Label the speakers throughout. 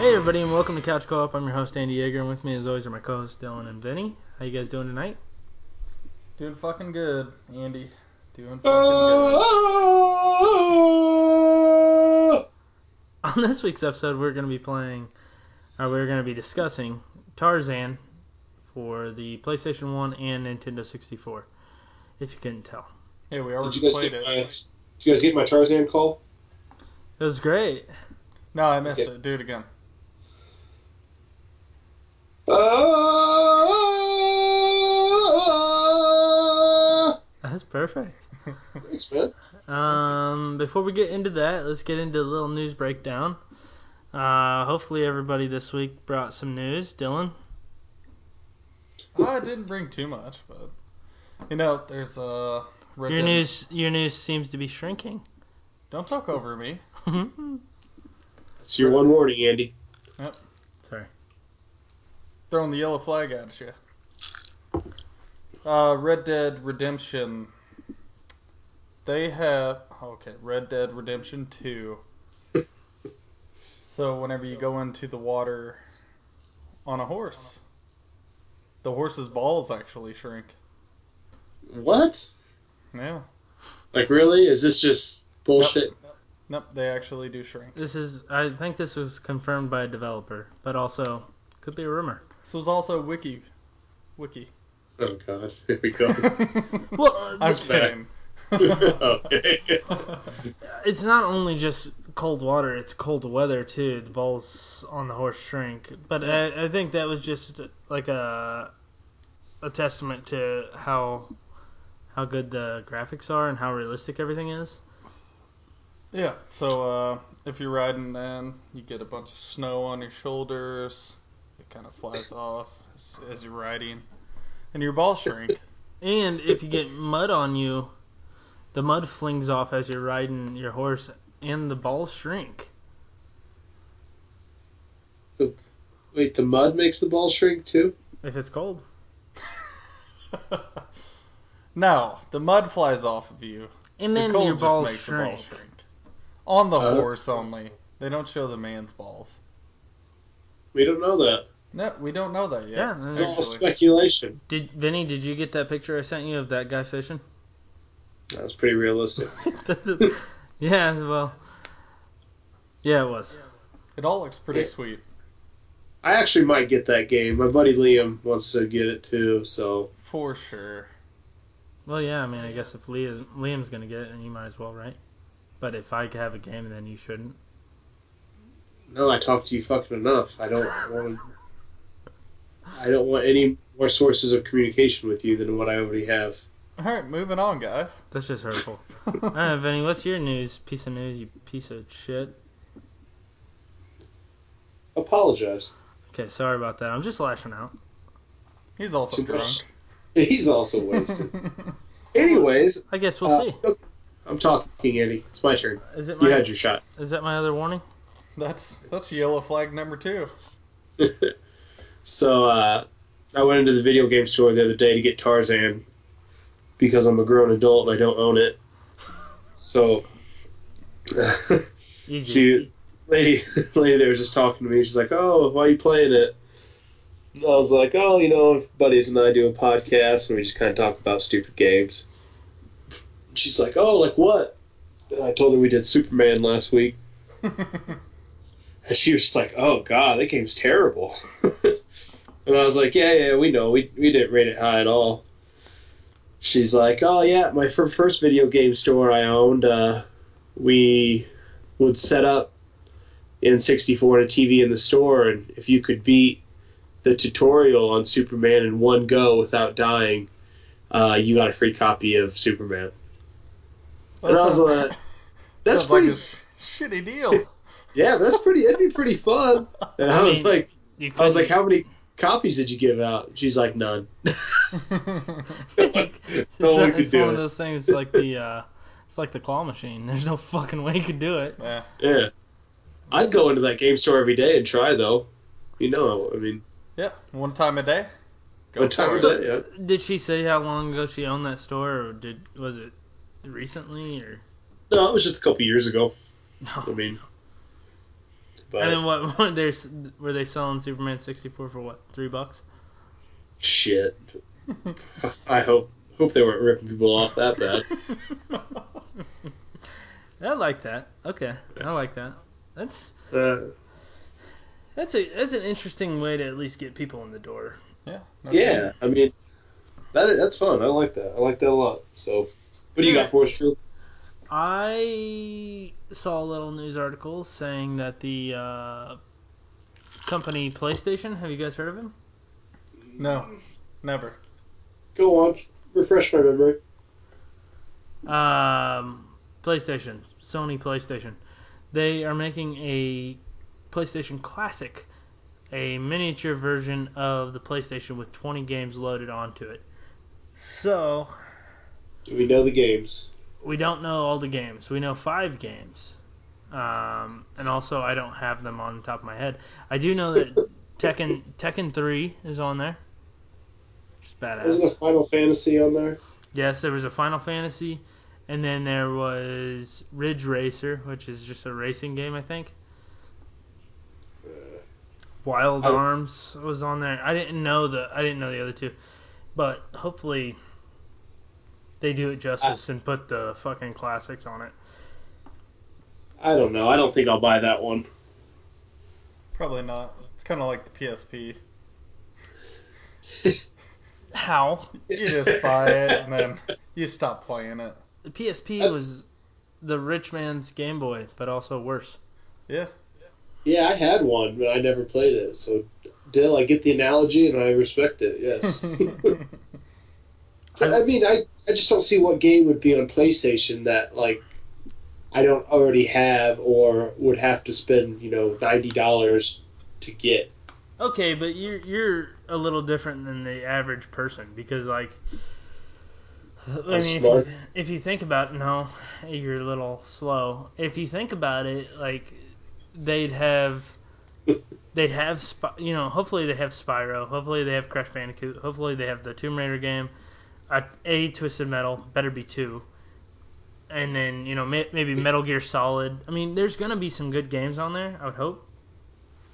Speaker 1: everybody, and welcome to Couch Co-op. I'm your host Andy Yeager, and with me, as always, are my co-hosts Dylan and Vinny. How you guys doing tonight?
Speaker 2: Doing fucking good, Andy. Doing fucking
Speaker 3: Uh,
Speaker 2: good.
Speaker 3: That's
Speaker 1: On this week's episode, we're going to be playing, or we're going to be discussing Tarzan for the PlayStation One and Nintendo 64. If you couldn't tell,
Speaker 2: Yeah, we
Speaker 3: Did
Speaker 2: already
Speaker 3: you guys
Speaker 2: played
Speaker 3: get
Speaker 2: it.
Speaker 3: my- Did you guys get my Tarzan call?
Speaker 1: it was great.
Speaker 2: No, I missed
Speaker 3: Okay.
Speaker 2: it. Do it again.
Speaker 1: That's perfect.
Speaker 3: Uh, Thanks, man.
Speaker 1: Um, before we get into that, let's get into a little news breakdown. Uh, hopefully, everybody this week brought some news. Dylan,
Speaker 2: I didn't bring too much, but you know, there's uh. Rick
Speaker 1: your
Speaker 2: and-
Speaker 1: news your news seems to be shrinking.
Speaker 2: Don't talk over me.
Speaker 3: That's your one warning, Andy.
Speaker 1: Sorry.
Speaker 2: Throwing the yellow flag at you. Uh, Red Dead Redemption. They have oh, okay, Red Dead Redemption Two. So whenever you go into the water on a horse, the horse's balls actually shrink.
Speaker 3: What?
Speaker 2: Yeah.
Speaker 3: Like, really? Is this just bullshit?
Speaker 2: Nope, they actually do shrink.
Speaker 1: This is, I think this was confirmed by a developer, but also could be a rumor.
Speaker 2: This was also Wiki. Wiki.
Speaker 3: Oh, God. Here we go.
Speaker 1: Well,
Speaker 2: I'm
Speaker 1: uh,
Speaker 2: kidding.
Speaker 3: okay.
Speaker 1: it's not only just cold water; it's cold weather too. The balls on the horse shrink, but I, I think that was just like a a testament to how how good the graphics are and how realistic everything is.
Speaker 2: Yeah, so uh, if you're riding in, you get a bunch of snow on your shoulders. It kind of flies off as, as you're riding. And your balls shrink.
Speaker 1: And if you get mud on you, the mud flings off as you're riding your horse, and the balls shrink.
Speaker 3: Wait, the mud makes the ball shrink, too?
Speaker 1: If it's cold,
Speaker 2: no, the mud flies off of you.
Speaker 1: and
Speaker 2: The
Speaker 1: then
Speaker 2: cold
Speaker 1: your
Speaker 2: just
Speaker 1: balls
Speaker 2: makes the
Speaker 1: shrink.
Speaker 2: balls shrink. On the
Speaker 3: Uh.
Speaker 2: horse only. They don't show the man's balls.
Speaker 3: We don't know that.
Speaker 2: No, we don't know that yet.
Speaker 1: Yeah,
Speaker 3: It's all
Speaker 2: actually.
Speaker 3: speculation.
Speaker 1: Did Vinny? Did you get that picture I sent you of that guy fishing?
Speaker 3: That was pretty realistic.
Speaker 1: yeah. Well. Yeah, it was.
Speaker 2: It all looks pretty
Speaker 3: Yeah.
Speaker 2: sweet.
Speaker 3: I actually might get that game. My buddy Liam wants to get it, too, so.
Speaker 2: For sure.
Speaker 1: Well, yeah. I mean, I guess if Liam, Liam's gonna get it, and you might as well, right? But if I could have a game, then you shouldn't.
Speaker 3: No, I talked to you fucking enough. I don't want. I don't want any more sources of communication with you than what I already have.
Speaker 2: Alright, moving on, guys.
Speaker 1: That's just hurtful. All right, Vinny. What's your news? Piece of news, you piece of shit.
Speaker 3: Apologize.
Speaker 1: Okay, sorry about that. I'm just lashing out.
Speaker 2: He's also
Speaker 3: Too much.
Speaker 2: drunk.
Speaker 3: He's also wasted. Anyways,
Speaker 1: I guess we'll
Speaker 3: uh,
Speaker 1: see.
Speaker 3: look, I'm talking, Andy. It's my turn.
Speaker 1: Is it
Speaker 3: You
Speaker 1: my?
Speaker 3: had your shot.
Speaker 1: Is that my other warning?
Speaker 2: that's that's yellow flag number two.
Speaker 3: so uh, I went into the video game store the other day to get Tarzan because I'm a grown adult and I don't own it. So.
Speaker 1: Easy.
Speaker 3: she lady lady there was just talking to me. She's like, "Oh, why are you playing it?" And I was like, "Oh, you know, buddies and I do a podcast, and we just kind of talk about stupid games." And she's like, "Oh, like what?" And I told her we did Superman last week, and she was just like, "Oh God, that game's terrible." and I was like, "Yeah, yeah, we know. We we didn't rate it high at all." She's like, "Oh yeah, my fir- first video game store I owned, uh, we would set up in 64 and a TV in the store, and if you could beat the tutorial on Superman in one go without dying, uh, you got a free copy of Superman." And I was like, "That's
Speaker 2: Sounds like
Speaker 3: pretty,
Speaker 2: a sh- shitty deal.
Speaker 3: yeah, that's pretty. That'd be pretty fun." And I was
Speaker 1: mean,
Speaker 3: like.
Speaker 1: You could,
Speaker 3: I was like, "How many copies did you give out?" She's like, "None."
Speaker 1: it's
Speaker 3: No one could
Speaker 1: it's
Speaker 3: do
Speaker 1: one of
Speaker 3: it.
Speaker 1: those things like the. uh It's like the claw machine. There's no fucking way you could do it.
Speaker 2: yeah.
Speaker 3: yeah, I'd go into that game store every day and try though. You know, I mean,
Speaker 2: yeah, one time a day.
Speaker 3: what time
Speaker 2: for
Speaker 3: of
Speaker 2: it.
Speaker 3: day? Yeah.
Speaker 1: Did she say how long ago she owned that store, or did was it recently, or
Speaker 3: No, it was just a couple years ago. I
Speaker 1: no?
Speaker 3: mean, But
Speaker 1: and then what? what they were they selling Superman sixty four for what? Three bucks?
Speaker 3: shit, I hope hope they weren't ripping people off that bad.
Speaker 1: I like that. Okay, I like that. That's
Speaker 3: Uh,
Speaker 1: that's a that's an interesting way to at least get people in the door.
Speaker 2: yeah. no
Speaker 3: yeah, I mean, that is, that's fun. I like that. I like that a lot. So, what do you got for us, Drew?
Speaker 1: I saw a little news article saying that the uh, company PlayStation. Have you guys heard of him?
Speaker 2: kidding. No, never.
Speaker 3: Go on, refresh my memory.
Speaker 1: Um, PlayStation, Sony PlayStation. They are making a PlayStation Classic, a miniature version of the PlayStation with 20 games loaded onto it. So,
Speaker 3: Do we know the games?
Speaker 1: we don't know all the games. We know five games. Um, and also, I don't have them on the top of my head. I do know that Tekken Tekken 3 is on there. Which is badass.
Speaker 3: Isn't a Final Fantasy on there?
Speaker 1: Yes, there was a Final Fantasy, and then there was Ridge Racer, which is just a racing game, I think.
Speaker 3: Uh,
Speaker 1: Wild
Speaker 3: I-
Speaker 1: Arms was on there. I didn't know the I didn't know the other two, but hopefully they do it justice and put the fucking classics on it.
Speaker 3: I don't know. I don't think I'll buy that one.
Speaker 2: Probably not. It's kind of like the PSP.
Speaker 1: How
Speaker 2: You just buy it and then you stop playing it.
Speaker 1: the PSP was the rich man's Game Boy, but also worse.
Speaker 2: Yeah.
Speaker 3: Yeah, I had one, but I never played it. So, Dill, I get the analogy and I respect it. Yes. I I mean, I, I just don't see what game would be on PlayStation that like I don't already have or would have to spend you know ninety dollars to get.
Speaker 1: Okay, but you're you're a little different than the average person because like I mean, if you,
Speaker 3: smart.
Speaker 1: if you think about no, you're a little slow. If you think about it, like they'd have they'd have Spy- you know hopefully they have Spyro, hopefully they have Crash Bandicoot, hopefully they have the Tomb Raider game, a, a Twisted Metal, better be two, and then you know may, maybe Metal Gear Solid. I mean, there's gonna be some good games on there. I would hope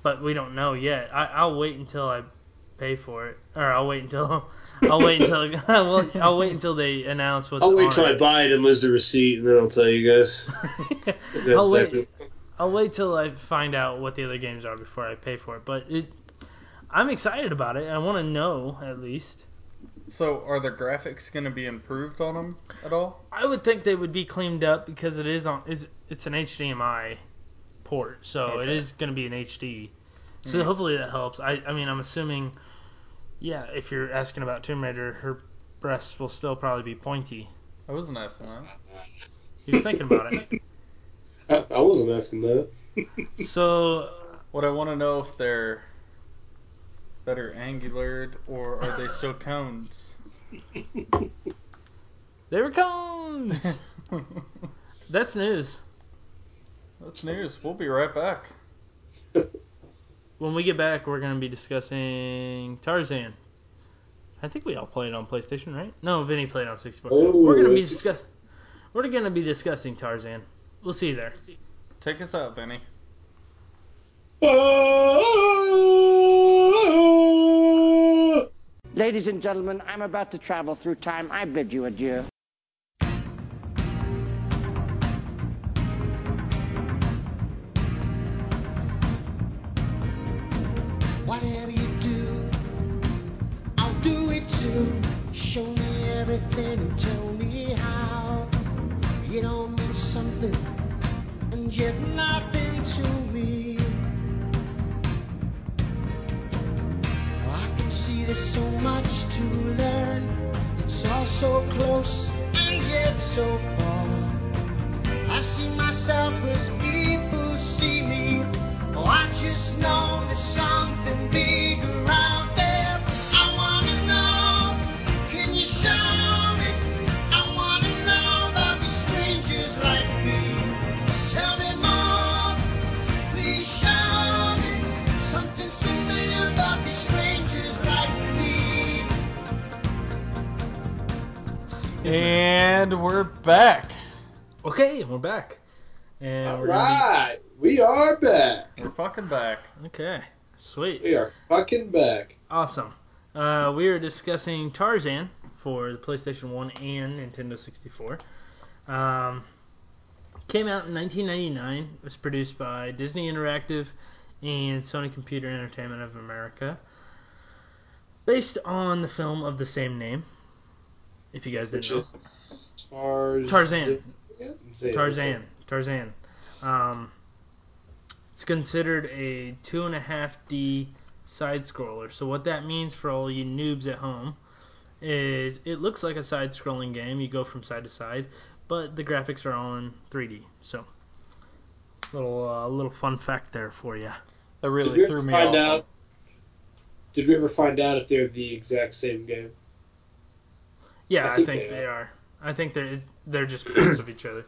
Speaker 1: but we don't know yet. I, I'll wait until I pay for it, or I'll wait until I'll wait until well, I'll wait until they announce what's
Speaker 3: I'll wait
Speaker 1: on
Speaker 3: till I
Speaker 1: it.
Speaker 3: buy it and lose the receipt, and then I'll tell you guys. That's
Speaker 1: I'll wait.
Speaker 3: definitely-
Speaker 1: I'll wait till I find out what the other games are before I pay for it. But it, I'm excited about it. I want to know at least.
Speaker 2: so, are the graphics going to be improved on them at all?
Speaker 1: I would think they would be cleaned up because it is on. It's it's an HDMI port, so it
Speaker 2: Okay.
Speaker 1: is going to be an HD. So
Speaker 2: Mm.
Speaker 1: hopefully that helps. I I mean I'm assuming, yeah. If you're asking about Tomb Raider, her breasts will still probably be pointy.
Speaker 2: I wasn't asking that.
Speaker 1: You're thinking about it.
Speaker 3: I, I wasn't asking that.
Speaker 1: So
Speaker 2: What I want to know if they're better angular or are they still cones?
Speaker 1: they were cones. That's news.
Speaker 2: That's news. We'll be right back.
Speaker 1: When we get back, we're going to be discussing Tarzan. I think we all played on PlayStation, right? No, Vinny played on 64.
Speaker 3: Oh,
Speaker 1: we're going to be
Speaker 3: it's-
Speaker 1: discuss- We're going to be discussing Tarzan. We'll see you there.
Speaker 2: Take us out, Benny.
Speaker 4: Ladies and gentlemen, I'm about to travel through time. I bid you adieu.
Speaker 5: Whatever you do, I'll do it too. Show me everything and tell me how. It all means something and yet nothing to me. I can see there's so much to learn. It's all so close and yet so far. I see myself as people see me. Oh, I just know there's something bigger out there. I wanna know, can you show me? I wanna know about the strangers like me. Tell me more, please show me. Something's familiar about these strangers like me.
Speaker 2: And we're back.
Speaker 1: Okay, we're back. And
Speaker 3: All
Speaker 1: we're gonna
Speaker 3: right,
Speaker 1: be,
Speaker 3: We are back.
Speaker 2: We're fucking back.
Speaker 1: Okay, sweet,
Speaker 3: We are fucking back.
Speaker 1: awesome. Uh, we are discussing Tarzan for the PlayStation One and Nintendo sixty four. Um, came out in nineteen ninety nine. Was produced by Disney Interactive and Sony Computer Entertainment of America. Based on the film of the same name. If you guys didn't
Speaker 3: Which
Speaker 1: know.
Speaker 3: is Tarz-
Speaker 1: Tarzan.
Speaker 3: Zan.
Speaker 1: Tarzan. Tarzan. Um, it's considered a two and a half D side scroller. So what that means for all you noobs at home is it looks like a side scrolling game. You go from side to side, but the graphics are all in 3D. So little uh, little fun fact there for you.
Speaker 2: That
Speaker 3: Did
Speaker 2: really
Speaker 3: we ever
Speaker 2: threw me
Speaker 3: find
Speaker 2: off.
Speaker 3: out? Did we ever find out if they're the exact same game?
Speaker 1: Yeah, I think, they,
Speaker 3: they
Speaker 1: are. I think they're they're just clones of each other.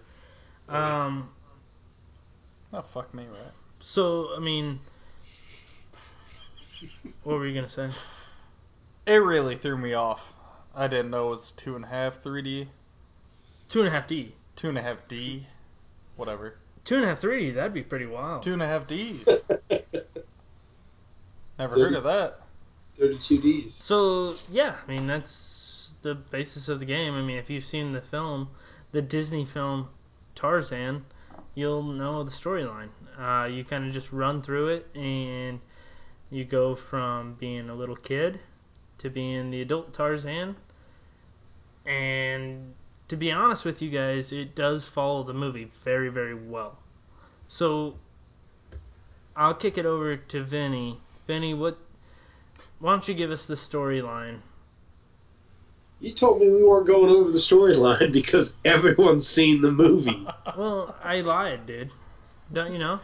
Speaker 1: Um,
Speaker 2: Oh fuck me, right?
Speaker 1: so I mean, what were you gonna say?
Speaker 2: It really threw me off. I didn't know it was two and a half, three D,
Speaker 1: Two and a half D.
Speaker 2: two and a half D, whatever.
Speaker 1: Two and a half, three. That'd be pretty wild.
Speaker 2: Two and a half D. Never
Speaker 3: Dude.
Speaker 2: heard of that.
Speaker 3: Thirty-two Ds.
Speaker 1: So yeah, I mean that's the basis of the game. I mean, if you've seen the film, the Disney film Tarzan, you'll know the storyline. Uh, you kind of just run through it, and you go from being a little kid to being the adult Tarzan. And to be honest with you guys, it does follow the movie very, very well. So I'll kick it over to Vinny. Vinny, what why don't you give us the storyline?
Speaker 3: You told me we weren't going over the storyline because everyone's seen the movie.
Speaker 1: Well, I lied, dude. Don't you know?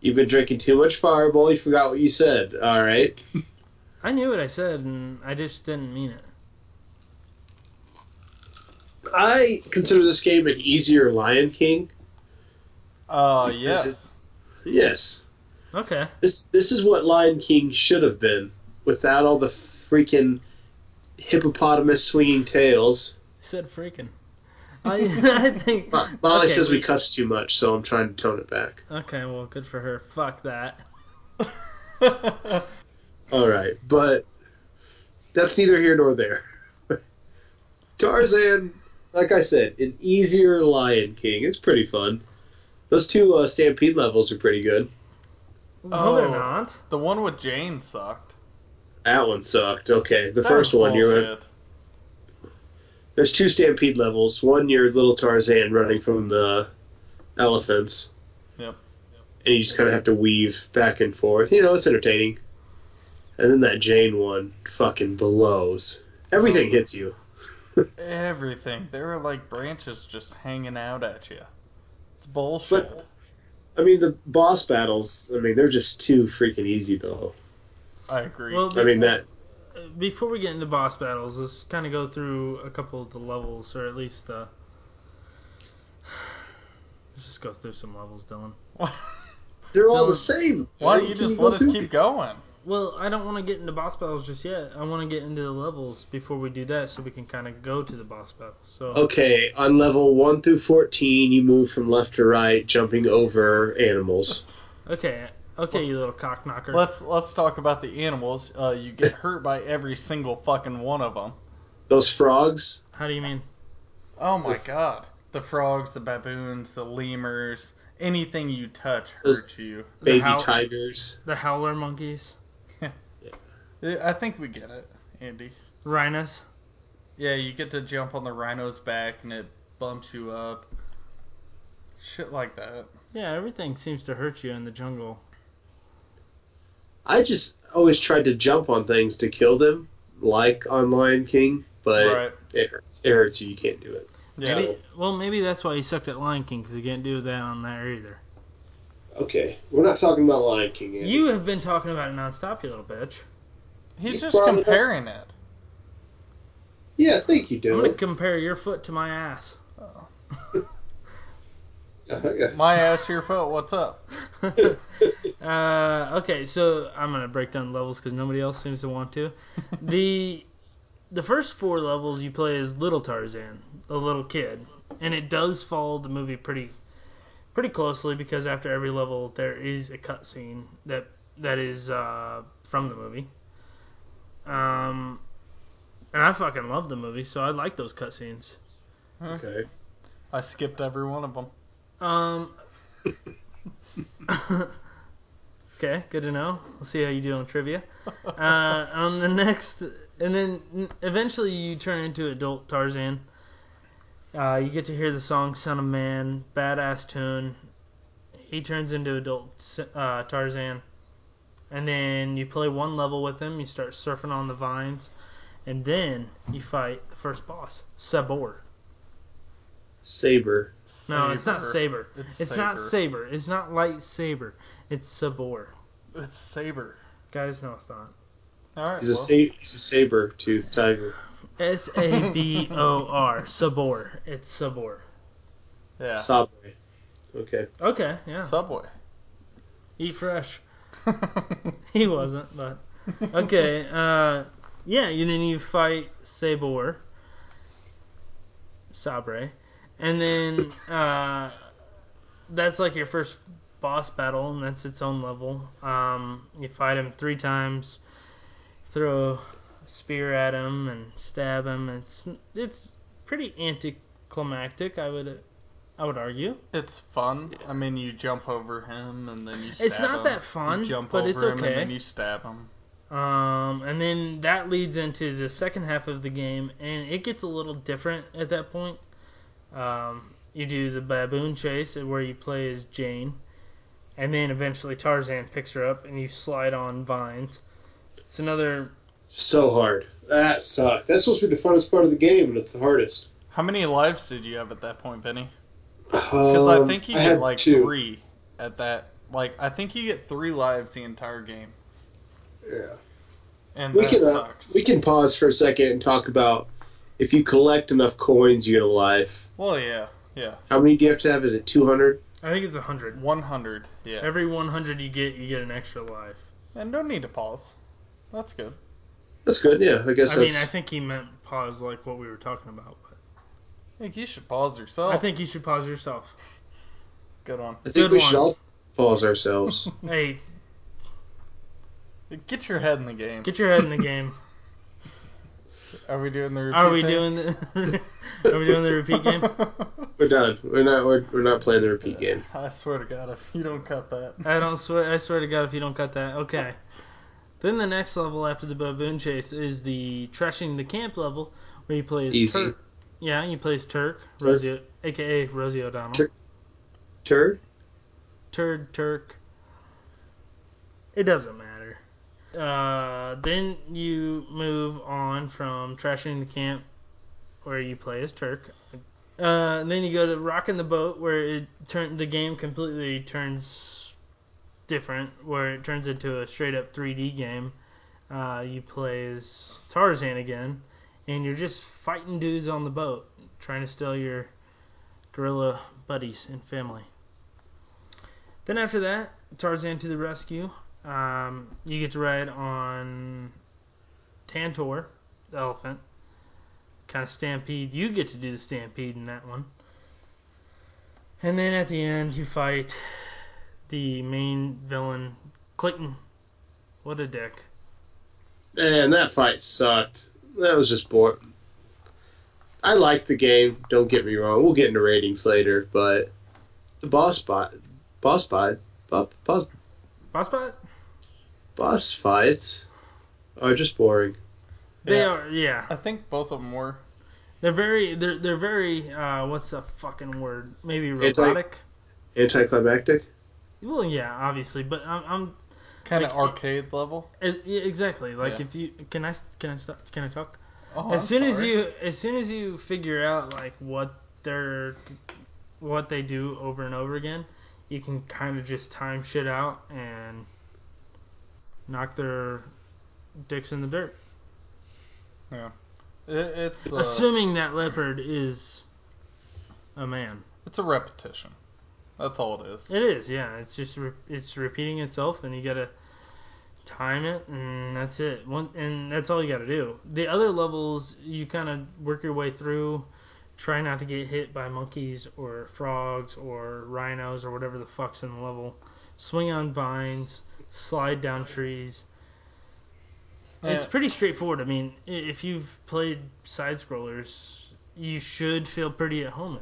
Speaker 3: You've been drinking too much Fireball. You forgot what you said. All right.
Speaker 1: I knew what I said, and I just didn't mean it.
Speaker 3: I consider this game an easier Lion King.
Speaker 2: Uh,
Speaker 3: because
Speaker 2: yes.
Speaker 3: it's- Yes.
Speaker 1: Okay.
Speaker 3: This this is what Lion King should have been without all the freaking hippopotamus swinging tails.
Speaker 1: said freaking. I, I think.
Speaker 3: Mo- Molly
Speaker 1: okay,
Speaker 3: says we cuss too much, so I'm trying to tone it back.
Speaker 1: Okay, well, good for her. Fuck that.
Speaker 3: All right, but that's neither here nor there. Tarzan, like I said, an easier Lion King. It's pretty fun. Those two uh, Stampede levels are pretty good.
Speaker 1: No, they're
Speaker 2: Oh.
Speaker 1: not.
Speaker 2: the one with Jane sucked.
Speaker 3: That one sucked. Okay, the
Speaker 2: That
Speaker 3: first
Speaker 2: was
Speaker 3: one you're
Speaker 2: bullshit.
Speaker 3: There's two stampede levels. One, you're little Tarzan running from the elephants.
Speaker 2: Yep.
Speaker 3: And you just kind of have to weave back and forth. You know, it's entertaining. And then that Jane one fucking blows.
Speaker 2: Um,
Speaker 3: Everything hits you.
Speaker 2: Everything. There are like branches just hanging out at you. It's bullshit.
Speaker 3: I mean, the boss battles, I mean, they're just too freaking easy, though.
Speaker 2: I agree.
Speaker 1: Well,
Speaker 3: I mean, that.
Speaker 1: before we get into boss battles, let's kind of go through a couple of the levels, or at least the. Let's just go through some levels, Dylan.
Speaker 3: They're all
Speaker 2: No,
Speaker 3: the same.
Speaker 2: Why
Speaker 3: Like,
Speaker 2: don't you
Speaker 3: can
Speaker 2: just
Speaker 3: go
Speaker 2: let us
Speaker 3: through
Speaker 2: keep
Speaker 3: these?
Speaker 2: going?
Speaker 1: Well, I don't want to get into boss battles just yet. I want to get into the levels before we do that, so we can kind of go to the boss battles. So
Speaker 3: Okay, on level 1 through 14, you move from left to right, jumping over animals.
Speaker 1: okay, okay, you little cock knocker.
Speaker 2: Let's let's talk about the animals. Uh, you get hurt by every single fucking one of them.
Speaker 3: Those frogs,
Speaker 1: How do you mean?
Speaker 2: Oh my god. The frogs, the baboons, the lemurs, anything you touch
Speaker 3: Those-
Speaker 2: hurts you.
Speaker 3: baby
Speaker 1: how-
Speaker 3: tigers.
Speaker 1: The howler monkeys,
Speaker 2: Uh, I think we get it, Andy.
Speaker 1: rhinos.
Speaker 2: Yeah, you get to jump on the rhino's back and it bumps you up. Shit like that.
Speaker 1: Yeah, everything seems to hurt you in the jungle.
Speaker 3: I just always tried to jump on things to kill them, like on Lion King, but
Speaker 2: Right.
Speaker 3: it hurts. It hurts you. You can't do it.
Speaker 2: Yeah.
Speaker 1: Maybe, well, maybe that's why he sucked at Lion King because he can't do that on there either.
Speaker 3: Okay, we're not talking about Lion King. Andy.
Speaker 1: You have been talking about it nonstop, you little bitch.
Speaker 2: He's
Speaker 3: You
Speaker 2: just
Speaker 3: brought it up.
Speaker 2: comparing it.
Speaker 3: Yeah, thank you,
Speaker 1: I'm gonna
Speaker 3: Dylan.
Speaker 1: compare your foot to my ass.
Speaker 3: Uh, yeah.
Speaker 2: My ass, your foot, what's up? Uh-huh.
Speaker 1: Uh, okay, so I'm gonna break down the levels because nobody else seems to want to. the The first four levels you play as little Tarzan, a little kid, and it does follow the movie pretty pretty closely because after every level there is a cutscene that that is uh, from the movie. Um, and I fucking love the movie, so I like those cutscenes.
Speaker 3: Okay.
Speaker 2: I skipped every one of them.
Speaker 1: Um. okay, good to know. We'll see how you do on trivia. Uh, on the next, and then eventually you turn into adult Tarzan. Uh, you get to hear the song "Son of Man," badass tune. He turns into adult uh, Tarzan, and then you play one level with him. You start surfing on the vines, and then you fight the first boss, Sabor.
Speaker 3: Saber.
Speaker 1: No, it's not saber.
Speaker 2: It's
Speaker 1: It's, not
Speaker 2: saber.
Speaker 1: saber. It's not lightsaber. It's sabor.
Speaker 2: It's Saber.
Speaker 1: Guys, no, it's not.
Speaker 2: All right.
Speaker 3: He's a
Speaker 2: well,
Speaker 3: sa- he's a saber tooth tiger.
Speaker 1: S A B O R. Sabor. It's sabor.
Speaker 2: yeah.
Speaker 3: Subway. Okay.
Speaker 1: Okay, yeah.
Speaker 2: Subway.
Speaker 1: Eat fresh. He wasn't, but okay. Uh, yeah. You then you fight sabor. Sabre, and then uh, that's like your first boss battle, and that's its own level. Um, you fight him three times, throw a spear at him and stab him. and It's it's pretty anticlimactic, I would I would argue.
Speaker 2: It's fun. I mean, you jump over him and then you stab
Speaker 1: It's not
Speaker 2: him.
Speaker 1: that
Speaker 2: You
Speaker 1: fun,
Speaker 2: jump
Speaker 1: but
Speaker 2: over
Speaker 1: it's
Speaker 2: him
Speaker 1: okay.
Speaker 2: and then you stab him.
Speaker 1: Um, and then that leads into the second half of the game, and it gets a little different at that point. Um, you do the baboon chase, where you play as Jane, and then eventually Tarzan picks her up, and you slide on vines. It's another
Speaker 3: So hard. That sucked. That's supposed to be the funnest part of the game, and it's the hardest.
Speaker 2: How many lives did you have at that point, Benny? Because
Speaker 3: Because
Speaker 2: I think you
Speaker 3: Um, I
Speaker 2: get
Speaker 3: had
Speaker 2: like
Speaker 3: two.
Speaker 2: three at that. Like I think you get three lives the entire game,
Speaker 3: Yeah.
Speaker 2: and
Speaker 3: We
Speaker 2: that
Speaker 3: can, uh,
Speaker 2: sucks.
Speaker 3: We can pause for a second and talk about if you collect enough coins, you get a life.
Speaker 2: Well, yeah, yeah,
Speaker 3: How many do you have to have? Is it 200?
Speaker 1: I think it's a hundred.
Speaker 2: one hundred. Yeah,
Speaker 1: Every one hundred you get, you get an extra life.
Speaker 2: and don't need to pause. That's good.
Speaker 3: That's good. Yeah, I guess
Speaker 1: I mean,
Speaker 3: that's.
Speaker 1: I think he meant pause like what we were talking about. But
Speaker 2: I think you should pause yourself.
Speaker 1: I think you should pause yourself.
Speaker 2: good one.
Speaker 3: I
Speaker 1: good
Speaker 3: think we should
Speaker 1: one.
Speaker 3: all pause ourselves.
Speaker 1: Hey,
Speaker 2: Get your head in the game.
Speaker 1: get your head in the game.
Speaker 2: Are we doing the? Repeat
Speaker 1: Are we
Speaker 2: thing?
Speaker 1: doing the? Are we doing the repeat game?
Speaker 3: we're done. We're not. We're, we're not playing the repeat game.
Speaker 2: I swear to God, if you don't cut that,
Speaker 1: I don't swear. I swear to God, if you don't cut that, okay. Then the next level after the baboon chase is the trashing the camp level, where you play as
Speaker 3: Easy.
Speaker 1: Turk. Yeah, you play as Turk,
Speaker 3: Turk.
Speaker 1: Rosie, O- aka Rosie O'Donnell.
Speaker 3: Turk. Turd.
Speaker 1: Turd Turk. It doesn't matter. Uh, then you move on from trashing the camp, where you play as Turk. Uh, and then you go to rocking the boat, where it turn the game completely turns different, where it turns into a straight up 3D game. Uh, you play as Tarzan again, and you're just fighting dudes on the boat, trying to steal your gorilla buddies and family. Then after that, Tarzan to the rescue. Um, you get to ride on Tantor, the elephant. Kind of stampede. You get to do the stampede in that one. And then at the end, you fight the main villain, Clayton. What a dick.
Speaker 3: Man, that fight sucked. That was just boring. I like the game. Don't get me wrong. We'll get into ratings later, but the boss bot, boss bot, bo- boss
Speaker 1: Boss bot?
Speaker 3: boss fights are just boring.
Speaker 1: They
Speaker 2: Yeah.
Speaker 1: are, yeah.
Speaker 2: I think both of them were.
Speaker 1: They're very, they're, they're very, uh, what's the fucking word? Maybe
Speaker 3: It's
Speaker 1: robotic?
Speaker 3: like- Anticlimactic.
Speaker 1: well, yeah, obviously, but I'm, I'm
Speaker 2: Kind of
Speaker 1: Like-
Speaker 2: arcade level.
Speaker 1: Ex- yeah, exactly. Like
Speaker 2: Yeah.
Speaker 1: if you can I can I stop can I talk?
Speaker 2: Oh,
Speaker 1: as
Speaker 2: I'm
Speaker 1: soon as
Speaker 2: sorry.
Speaker 1: you as soon as you figure out like what they're what they do over and over again, you can kind of just time shit out and knock their dicks in the dirt.
Speaker 2: It, it's uh,
Speaker 1: Assuming that leopard is a man.
Speaker 2: it's a repetition. That's all it is.
Speaker 1: It is, yeah. It's just re- it's repeating itself, and you gotta time it, and that's it. One, and that's all you gotta do. The other levels, you kind of work your way through, try not to get hit by monkeys or frogs or rhinos or whatever the fuck's in the level. Swing on vines, slide down trees. It's
Speaker 2: Yeah.
Speaker 1: pretty straightforward. I mean, i- if you've played side scrollers, you should feel pretty at home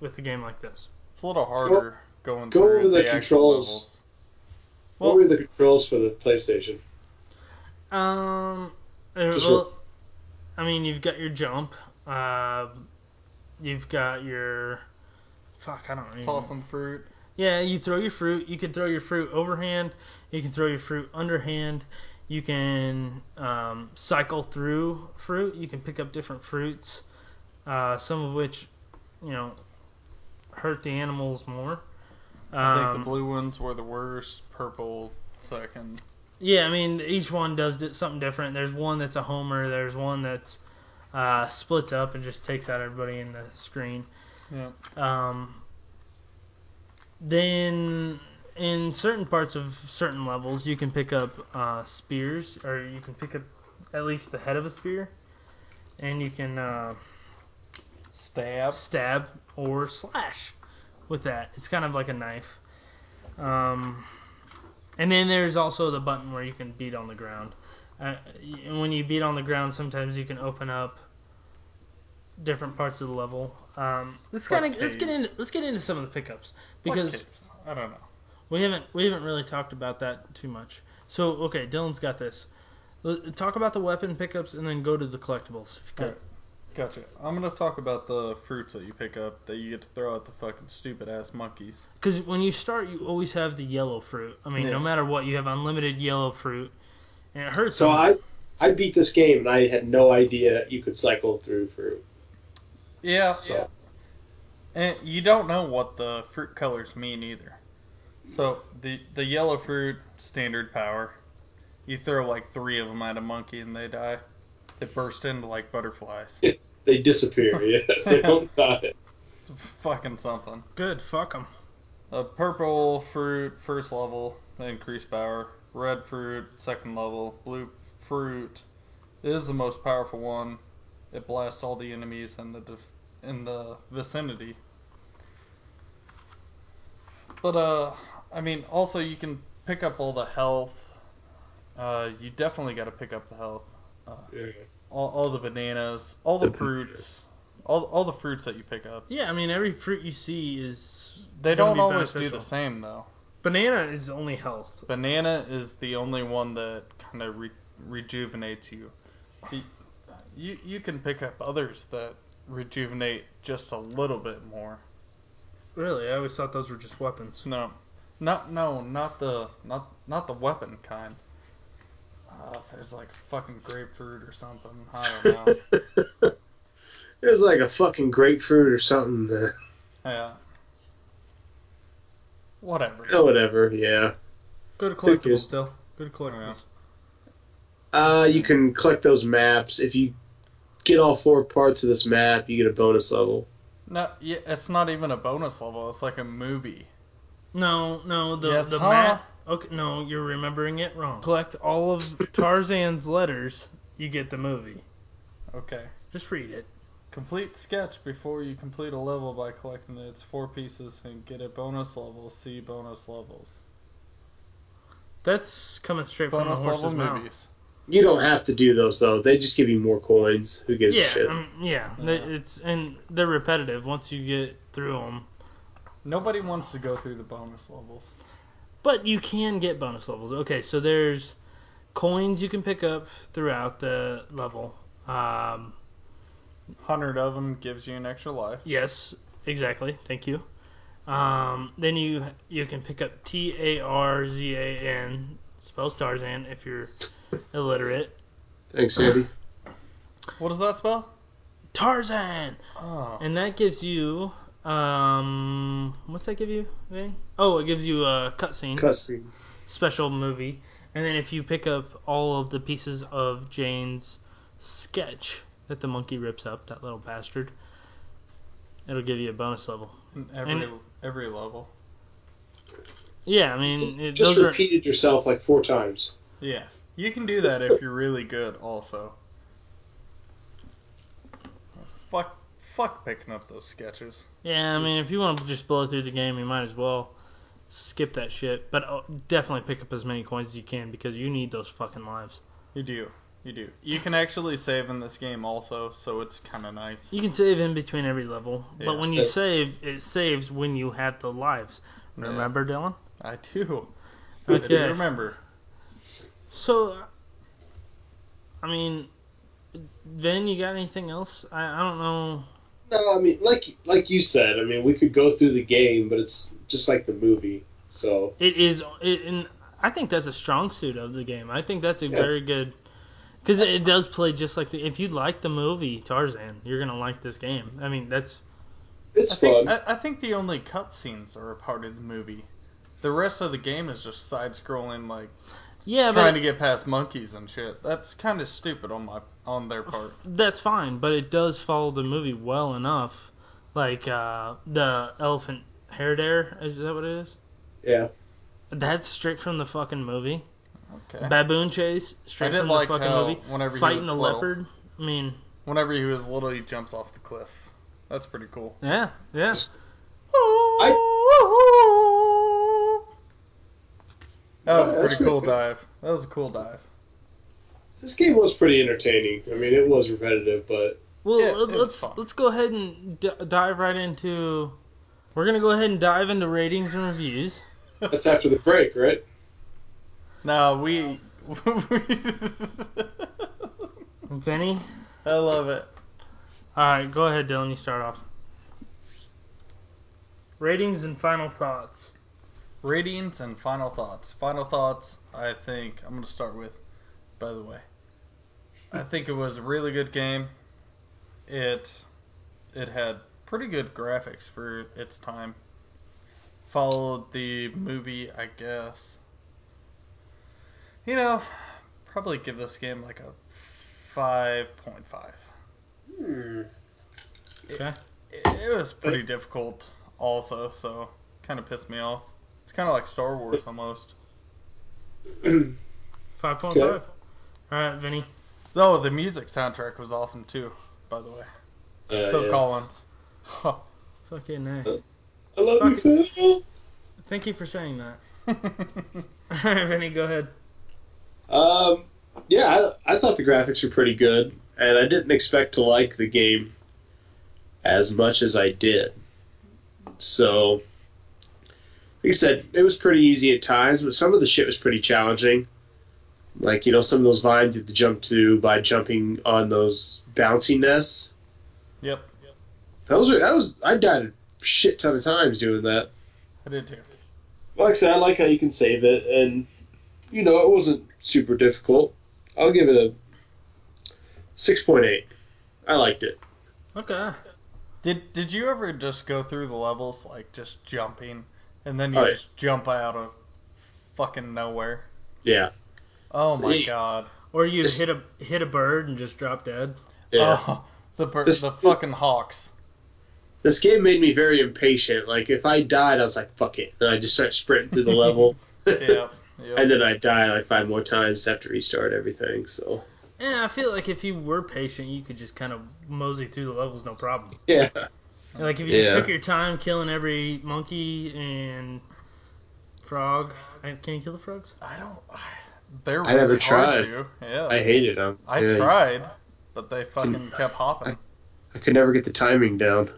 Speaker 1: with a game like this.
Speaker 2: It's a little harder going
Speaker 3: go
Speaker 2: through
Speaker 3: over the
Speaker 2: actual
Speaker 3: controls.
Speaker 2: levels.
Speaker 3: what were the controls for the PlayStation?
Speaker 1: Um, uh,
Speaker 3: Just
Speaker 1: well, I mean, you've got your jump. Uh, you've got your fuck. I don't even.
Speaker 2: Toss some fruit.
Speaker 1: Yeah, you throw your fruit. You can throw your fruit overhand. You can throw your fruit underhand. You can um, cycle through fruit. You can pick up different fruits, uh, some of which, you know, hurt the animals more.
Speaker 2: I think
Speaker 1: Um,
Speaker 2: the blue ones were the worst. Purple second.
Speaker 1: Yeah, I mean, each one does di- something different. There's one that's a homer. There's one that's uh, splits up and just takes out everybody in the screen.
Speaker 2: Yeah.
Speaker 1: Um, then in certain parts of certain levels, you can pick up uh, spears, or you can pick up at least the head of a spear, and you can uh,
Speaker 2: Stab.
Speaker 1: stab or slash with that. It's kind of like a knife. Um, and then there's also the button where you can beat on the ground. Uh, y- and when you beat on the ground, sometimes you can open up different parts of the level. Um, let's
Speaker 2: Like
Speaker 1: kind of let's get
Speaker 2: caves.
Speaker 1: into let's get into some of the pickups
Speaker 2: It's like
Speaker 1: because
Speaker 2: capes. I don't know.
Speaker 1: we haven't we haven't really talked about that too much. So okay, Dylan's got this. L- Talk about the weapon pickups and then go to the collectibles. If you could.
Speaker 2: Alright. Gotcha. I'm gonna talk about the fruits that you pick up that you get to throw at the fucking stupid ass monkeys.
Speaker 1: Because when you start, you always have the yellow fruit. I mean,
Speaker 2: Yeah.
Speaker 1: no matter what, you have unlimited yellow fruit, and it hurts.
Speaker 3: So
Speaker 1: them.
Speaker 3: I I beat this game and I had no idea you could cycle through fruit.
Speaker 2: Yeah.
Speaker 3: So
Speaker 2: And you don't know what the fruit colors mean either. So the the yellow fruit standard power. You throw like three of them at a monkey and they die. They burst into like butterflies.
Speaker 3: they disappear. Yes, they don't die.
Speaker 2: It's fucking something.
Speaker 1: good. Fuck them.
Speaker 2: The purple fruit first level, the increased power. Red fruit second level. Blue fruit is the most powerful one. It blasts all the enemies in the def- in the vicinity. But uh, I mean, also you can pick up all the health. Uh, you definitely got to pick up the health.
Speaker 3: Yeah.
Speaker 2: All, all the bananas, all the fruits, all all the fruits that you pick up.
Speaker 1: Yeah, I mean, every fruit you see is
Speaker 2: They
Speaker 1: gonna
Speaker 2: don't
Speaker 1: be
Speaker 2: always do
Speaker 1: beneficial.
Speaker 2: the same though.
Speaker 1: Banana is only health.
Speaker 2: Banana is the only one that kind of re- rejuvenates you. The- You you can pick up others that rejuvenate just a little bit more.
Speaker 1: Really, I always thought those were just weapons.
Speaker 2: No, not no, not the not not the weapon kind. Uh, there's like fucking grapefruit or something. I don't know.
Speaker 3: There's like a fucking grapefruit or something. There.
Speaker 2: yeah. Whatever.
Speaker 3: Oh, whatever. Yeah.
Speaker 1: Good
Speaker 3: Who cares?
Speaker 1: collectibles, Dill. Good collectibles.
Speaker 3: Uh, you can collect those maps. If you get all four parts of this map, you get a bonus level.
Speaker 2: No, yeah, it's not even a bonus level. It's like a movie.
Speaker 1: No, no, the
Speaker 2: Yes,
Speaker 1: the
Speaker 2: huh?
Speaker 1: map. Okay, no, you're remembering it wrong. uh, Collect all of Tarzan's letters, you get the movie.
Speaker 2: Okay.
Speaker 1: Just read it.
Speaker 2: Complete sketch before you complete a level by collecting its four pieces and get a bonus level. See bonus levels.
Speaker 1: That's coming straight from the
Speaker 2: Bonus
Speaker 1: horse's
Speaker 2: level
Speaker 1: mouth.
Speaker 2: movies.
Speaker 3: You don't have to do those though. They just give you more coins. Who gives a
Speaker 1: Yeah,
Speaker 3: shit?
Speaker 1: um, yeah, they-
Speaker 2: Yeah.
Speaker 1: It's and they're repetitive once you get through them.
Speaker 2: Nobody wants to go through the bonus levels.
Speaker 1: But you can get bonus levels. Okay, so there's coins you can pick up throughout the level. Um,
Speaker 2: Hundred of them gives you an extra life.
Speaker 1: yes, exactly. Thank you. Um, then you you can pick up T A R Z A N spells Tarzan if you're illiterate.
Speaker 3: Thanks, Andy.
Speaker 2: What does that spell?
Speaker 1: Tarzan,
Speaker 2: Oh,
Speaker 1: and that gives you um, what's that give you? Vinny? Oh, it gives you a cutscene.
Speaker 3: Cussing.
Speaker 1: special movie. And then if you pick up all of the pieces of Jane's sketch that the monkey rips up, that little bastard, it'll give you a bonus level.
Speaker 2: in every
Speaker 1: and-
Speaker 2: every level.
Speaker 1: Yeah, I mean, it,
Speaker 3: Just
Speaker 1: those are.
Speaker 3: repeated yourself like four times.
Speaker 2: Yeah, you can do that if you're really good. Also, fuck, fuck picking up those sketches.
Speaker 1: Yeah, I mean, if you want to just blow through the game, you might as well skip that shit. But uh, definitely pick up as many coins as you can because you need those fucking lives.
Speaker 2: You do. You do. You can actually save in this game also, so it's kind of nice.
Speaker 1: You can save in between every level,
Speaker 2: Yeah.
Speaker 1: but when you
Speaker 3: That's-
Speaker 1: save, it saves when you have the lives. Remember, Dylan?
Speaker 2: I do. I do
Speaker 1: Okay.
Speaker 2: remember.
Speaker 1: So, I mean, Vin, you got anything else? I, I don't know.
Speaker 3: No, I mean, like like you said, I mean, we could go through the game, but it's just like the movie. So
Speaker 1: It is, it, and I think that's a strong suit of the game. I think that's a
Speaker 3: Yeah.
Speaker 1: very good because it, it does play just like the. If you like the movie Tarzan, you're gonna like this game. I mean, that's
Speaker 3: it's
Speaker 2: I think,
Speaker 3: fun.
Speaker 2: I, I think the only cutscenes are a part of the movie. The rest of the game is just side scrolling, like
Speaker 1: yeah,
Speaker 2: trying
Speaker 1: but
Speaker 2: to get past monkeys and shit. That's kind of stupid on my on their part.
Speaker 1: that's fine. But it does follow the movie well enough. Like uh, the elephant hair dare is that what it is?
Speaker 3: yeah,
Speaker 1: That's straight from the fucking movie.
Speaker 2: Okay.
Speaker 1: Baboon chase
Speaker 2: I
Speaker 1: straight
Speaker 2: did
Speaker 1: from the
Speaker 2: like
Speaker 1: fucking
Speaker 2: how
Speaker 1: movie.
Speaker 2: whenever he
Speaker 1: Fighting
Speaker 2: was
Speaker 1: the
Speaker 2: little,
Speaker 1: leopard. I mean,
Speaker 2: whenever he was little, he jumps off the cliff. That's pretty cool.
Speaker 1: yeah, yeah.
Speaker 2: That was
Speaker 3: Yeah,
Speaker 2: a
Speaker 3: Oh, that's
Speaker 2: pretty cool
Speaker 3: pretty good.
Speaker 2: dive. That was a cool dive.
Speaker 3: this game was pretty entertaining. I mean, it was repetitive, but
Speaker 1: Well,
Speaker 2: Yeah,
Speaker 1: let-
Speaker 2: it was
Speaker 1: let's
Speaker 2: fun.
Speaker 1: let's go ahead and d- dive right into. We're gonna go ahead and dive into ratings and reviews.
Speaker 3: that's after the break, right?
Speaker 2: No, we.
Speaker 1: Vinny,
Speaker 2: I love it.
Speaker 1: all right, go ahead, Dylan. You start off. Ratings and final thoughts.
Speaker 2: Ratings and final thoughts. Final thoughts, I think, I'm going to start with, by the way. I think it was a really good game. It it had pretty good graphics for its time. Followed the movie, I guess. You know, probably give this game like a 5.5.
Speaker 3: Hmm.
Speaker 1: Okay.
Speaker 2: It, it was pretty difficult also, so kind of pissed me off. It's kind of like Star Wars almost.
Speaker 1: Five point five.
Speaker 3: Okay.
Speaker 1: All right, Vinny.
Speaker 2: Oh, the music soundtrack was awesome too, by the way.
Speaker 3: Uh,
Speaker 2: Phil
Speaker 3: yeah.
Speaker 2: Collins.
Speaker 1: Fucking nice.
Speaker 2: Uh.
Speaker 3: I love you, Phil.
Speaker 1: Thank you for saying that. All right, Vinny, go ahead.
Speaker 3: Um, yeah, I, I thought the graphics were pretty good, and I didn't expect to like the game as much as I did. So, like I said, it was pretty easy at times, but some of the shit was pretty challenging. Like, you know, some of those vines you have to jump to by jumping on those bouncy nests.
Speaker 2: yep,
Speaker 3: Those are, that was, I died a shit ton of times doing that.
Speaker 2: I did too.
Speaker 3: Like I said, I like how you can save it, and you know it wasn't super difficult. I'll give it a six point eight. I liked it.
Speaker 1: Okay.
Speaker 2: Did Did you ever just go through the levels like just jumping, and then you
Speaker 3: Oh, yeah.
Speaker 2: just jump out of fucking nowhere?
Speaker 3: Yeah.
Speaker 2: Oh my
Speaker 3: See.
Speaker 2: god!
Speaker 1: Or you
Speaker 3: This-
Speaker 1: hit a hit a bird and just drop dead.
Speaker 3: Yeah.
Speaker 2: Oh, the bir-
Speaker 3: This-
Speaker 2: the fucking hawks.
Speaker 3: This game made me very impatient. Like if I died, I was like, "Fuck it," and I just start sprinting through the level,
Speaker 2: Yep. yep.
Speaker 3: and then I die like five more times. Have to restart everything. So
Speaker 1: Yeah, Eh, I feel like if you were patient, you could just kind of mosey through the levels, no problem.
Speaker 3: yeah,
Speaker 1: And, Like if you just
Speaker 3: Yeah.
Speaker 1: took your time killing every monkey and frog. And can you kill the frogs?
Speaker 2: I don't. They're
Speaker 3: I never
Speaker 2: really hard
Speaker 3: tried.
Speaker 2: to. Yeah.
Speaker 3: I hated them.
Speaker 2: I
Speaker 3: Yeah,
Speaker 2: tried, but they fucking kept hopping.
Speaker 3: I could never get the timing down.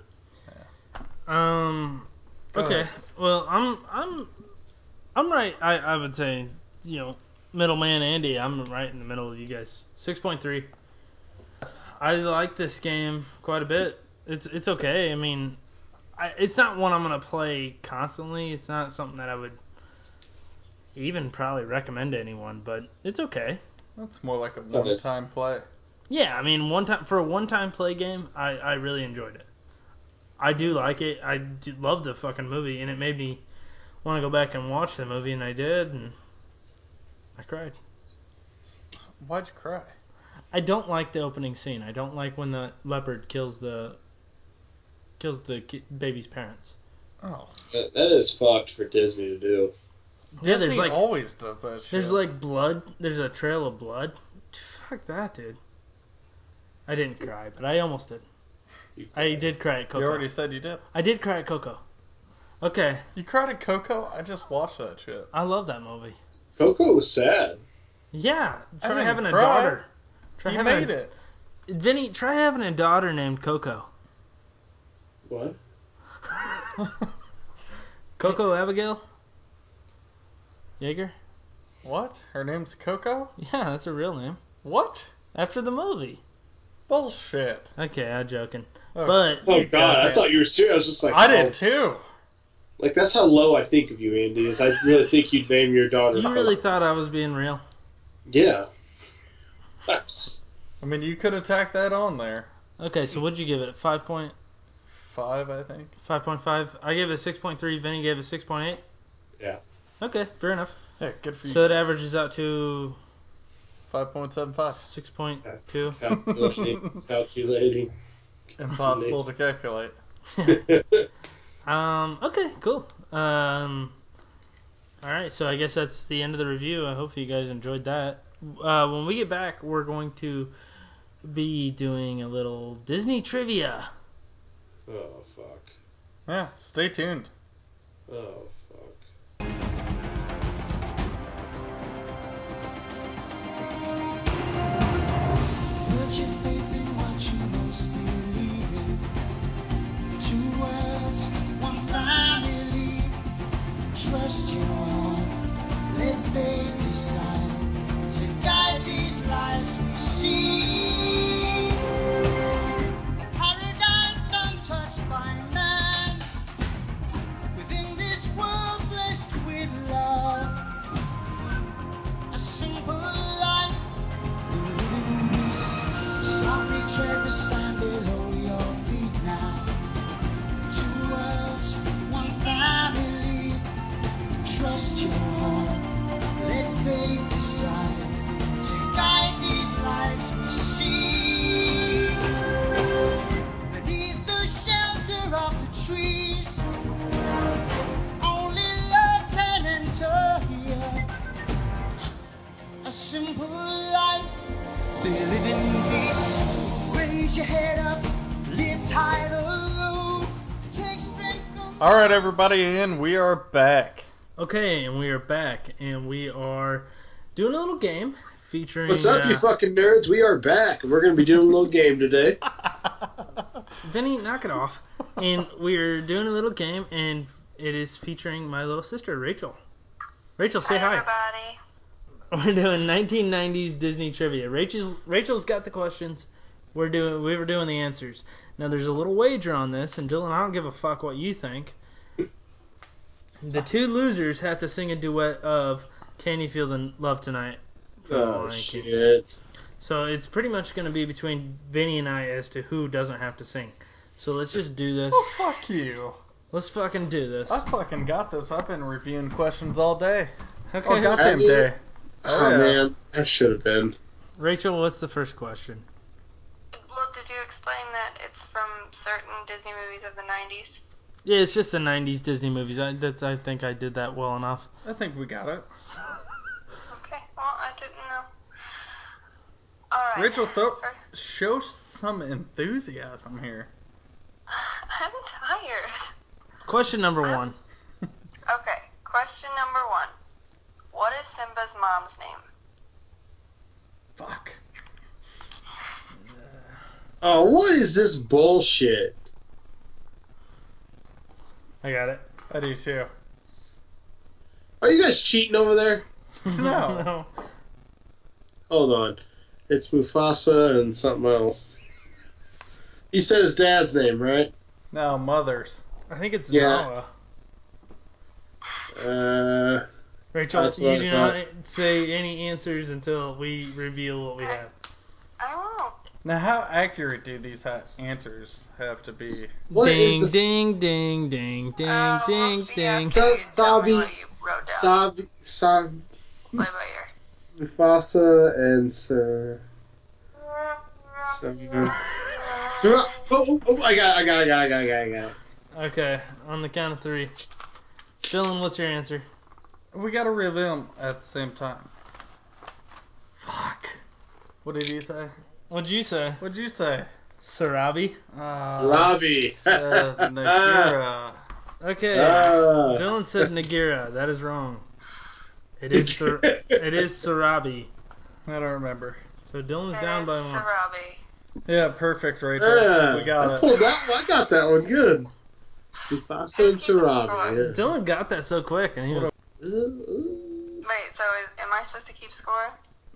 Speaker 1: Um.
Speaker 2: Go
Speaker 1: okay.
Speaker 2: ahead.
Speaker 1: Well, I'm I'm I'm right. I I would say you know middleman Andy. I'm right in the middle of you guys. Six point three. I like this game quite a bit. It's it's okay. I mean, I, it's not one I'm gonna play constantly. It's not something that I would even probably recommend to anyone, but it's okay.
Speaker 2: That's more like a one-time play.
Speaker 1: Yeah, I mean, one time for a one-time play game, I, I really enjoyed it. I do like it. I do love the fucking movie, and it made me want to go back and watch the movie, and I did, and I cried.
Speaker 2: Why'd you cry?
Speaker 1: I don't like the opening scene. I don't like when the leopard kills the kills the ki- baby's parents.
Speaker 2: Oh,
Speaker 3: That that is fucked for Disney to do.
Speaker 1: Yeah,
Speaker 2: Disney
Speaker 1: there's like
Speaker 2: always does that shit.
Speaker 1: there's like blood. There's a trail of blood. Fuck that, dude. I didn't cry, but I almost did.
Speaker 3: You
Speaker 1: I did cry at Coco.
Speaker 2: You already said you did.
Speaker 1: I did cry at Coco. Okay,
Speaker 2: You cried at Coco? I just watched that shit.
Speaker 1: I love that movie.
Speaker 3: Coco was sad.
Speaker 1: Yeah,
Speaker 2: I
Speaker 1: try
Speaker 2: didn't
Speaker 1: having a
Speaker 2: cry.
Speaker 1: daughter. Try
Speaker 2: He
Speaker 1: having
Speaker 2: made
Speaker 1: a,
Speaker 2: it.
Speaker 1: Vinny, try having a daughter named Coco.
Speaker 3: What?
Speaker 1: Coco Abigail. Jaeger.
Speaker 2: What? Her name's Coco?
Speaker 1: Yeah, that's a real name.
Speaker 2: What?
Speaker 1: After the movie.
Speaker 2: Bullshit.
Speaker 1: Okay, I'm joking.
Speaker 2: Oh,
Speaker 1: But
Speaker 3: Oh
Speaker 2: You
Speaker 3: God,
Speaker 2: got
Speaker 3: I
Speaker 2: it.
Speaker 3: thought you were serious. I was just like,
Speaker 2: I
Speaker 3: oh.
Speaker 2: did too.
Speaker 3: Like that's how low I think of you, Andy. Is I really think you'd name your daughter.
Speaker 1: you
Speaker 3: Coco.
Speaker 1: really thought I was being real.
Speaker 3: Yeah. That's-
Speaker 2: I mean, you could have tacked that on there.
Speaker 1: Okay, so what'd you give it? Five point
Speaker 2: Five, I think.
Speaker 1: five point five. I gave it six point three. Vinny gave it six point eight.
Speaker 3: Yeah.
Speaker 1: Okay, fair enough.
Speaker 2: Yeah, good for you.
Speaker 1: So that averages out to
Speaker 2: Five point seven five.
Speaker 1: six point two.
Speaker 3: calculating, calculating. Oh,
Speaker 2: Impossible to calculate.
Speaker 1: Um. Okay. Cool. Um. All right. So I guess that's the end of the review. I hope you guys enjoyed that. Uh, when we get back, we're going to be doing a little Disney trivia.
Speaker 3: oh fuck.
Speaker 2: Yeah, stay tuned.
Speaker 3: Oh fuck.
Speaker 5: Put your faith in what you most believe in. Two worlds, one family. Trust your heart, let faith decide to guide these lives we see. A paradise untouched by man. Within this world blessed with love. A simple life Softly tread the sand below your feet now. Two worlds, one family. Trust your heart, let faith decide to guide these lives we see. Beneath the shelter of the trees, only love can enter here. A simple life. They live in peace. Raise your head up, lift high the low. Take strength from
Speaker 2: All right, everybody, and we are back.
Speaker 1: Okay, and we are back, and we are doing a little game featuring.
Speaker 3: What's up,
Speaker 1: uh,
Speaker 3: you fucking nerds? We are back. We're gonna be doing a little game today.
Speaker 1: Vinny, knock it off. and we're doing a little game, and it is featuring my little sister, Rachel. Rachel, say hi.
Speaker 6: everybody.
Speaker 1: We're doing 1990s Disney trivia. Rachel's Rachel's got the questions. We're doing we were doing the answers. Now there's a little wager on this, and Dylan, I don't give a fuck what you think. The two losers have to sing a duet of "Can You Feel the Love Tonight."
Speaker 3: Oh
Speaker 1: Lion King.
Speaker 3: shit.
Speaker 1: So it's pretty much going to be between Vinny and I as to who doesn't have to sing. So let's just do this.
Speaker 2: Oh, fuck you.
Speaker 1: Let's fucking do this.
Speaker 2: I fucking got this. I've been reviewing questions all day. All
Speaker 1: Okay,
Speaker 2: goddamn day.
Speaker 3: Oh
Speaker 2: yeah.
Speaker 3: man, that should have been.
Speaker 1: Rachel, what's the first question?
Speaker 6: Well, did you explain that it's from certain Disney movies of the 90s?
Speaker 1: Yeah, it's just the '90s Disney movies. I, that's, I think I did that well enough.
Speaker 2: I think we got it.
Speaker 6: Okay, well, I didn't know. Alright.
Speaker 2: Rachel, throw, show some enthusiasm here.
Speaker 6: I'm tired.
Speaker 1: Question number one.
Speaker 6: Okay, question number one. What is Simba's mom's name?
Speaker 2: Fuck.
Speaker 3: Oh, what is this bullshit?
Speaker 1: I got it.
Speaker 2: I do too.
Speaker 3: Are you guys cheating over there?
Speaker 2: No.
Speaker 3: Hold on. It's Mufasa and something else. He said his dad's name, right?
Speaker 2: No, mothers.
Speaker 1: I think it's
Speaker 3: Yeah.
Speaker 1: Nala.
Speaker 3: Uh,
Speaker 1: Rachel,
Speaker 3: That's what
Speaker 1: you
Speaker 3: I
Speaker 1: do not say any answers until we reveal what we have.
Speaker 6: I won't.
Speaker 2: Now, how accurate do these ha- answers have to be?
Speaker 3: what is
Speaker 1: ding,
Speaker 3: the
Speaker 1: ding, ding, ding, ding,
Speaker 6: Uh,
Speaker 1: ding,
Speaker 6: well, yeah,
Speaker 1: ding.
Speaker 6: so you tell me
Speaker 3: Sabi-
Speaker 6: what you wrote down.
Speaker 3: Sab, Sab,
Speaker 6: Play by ear.
Speaker 3: Mufasa and Sir? Simba. Oh, oh, oh, I got, it, I got, it, I got, it, I got, it, I got. it.
Speaker 1: Okay, on the count of three. Dylan, what's your answer?
Speaker 2: We gotta reveal them at the same time. Fuck. What did he say?
Speaker 1: What'd you say?
Speaker 2: What'd you say?
Speaker 1: Sarabi.
Speaker 2: Uh,
Speaker 3: Robbie.
Speaker 2: said
Speaker 3: Uh,
Speaker 2: Nagura.
Speaker 1: Okay.
Speaker 3: Ah.
Speaker 1: Dylan said Nagira. That is wrong. It is Sar- it is Sarabi.
Speaker 2: I don't remember.
Speaker 1: So Dylan's
Speaker 6: It
Speaker 1: down
Speaker 6: is
Speaker 1: by one.
Speaker 6: Sarabi.
Speaker 2: Yeah, perfect, Rachel.
Speaker 3: Ah,
Speaker 2: we got
Speaker 3: I
Speaker 2: it.
Speaker 3: pulled that one. I got that one good. Mufasa and Sarabi. Uh, Yeah.
Speaker 1: Dylan got that so quick, and he was
Speaker 3: Ooh, ooh.
Speaker 6: Wait, so is, am I supposed to keep score?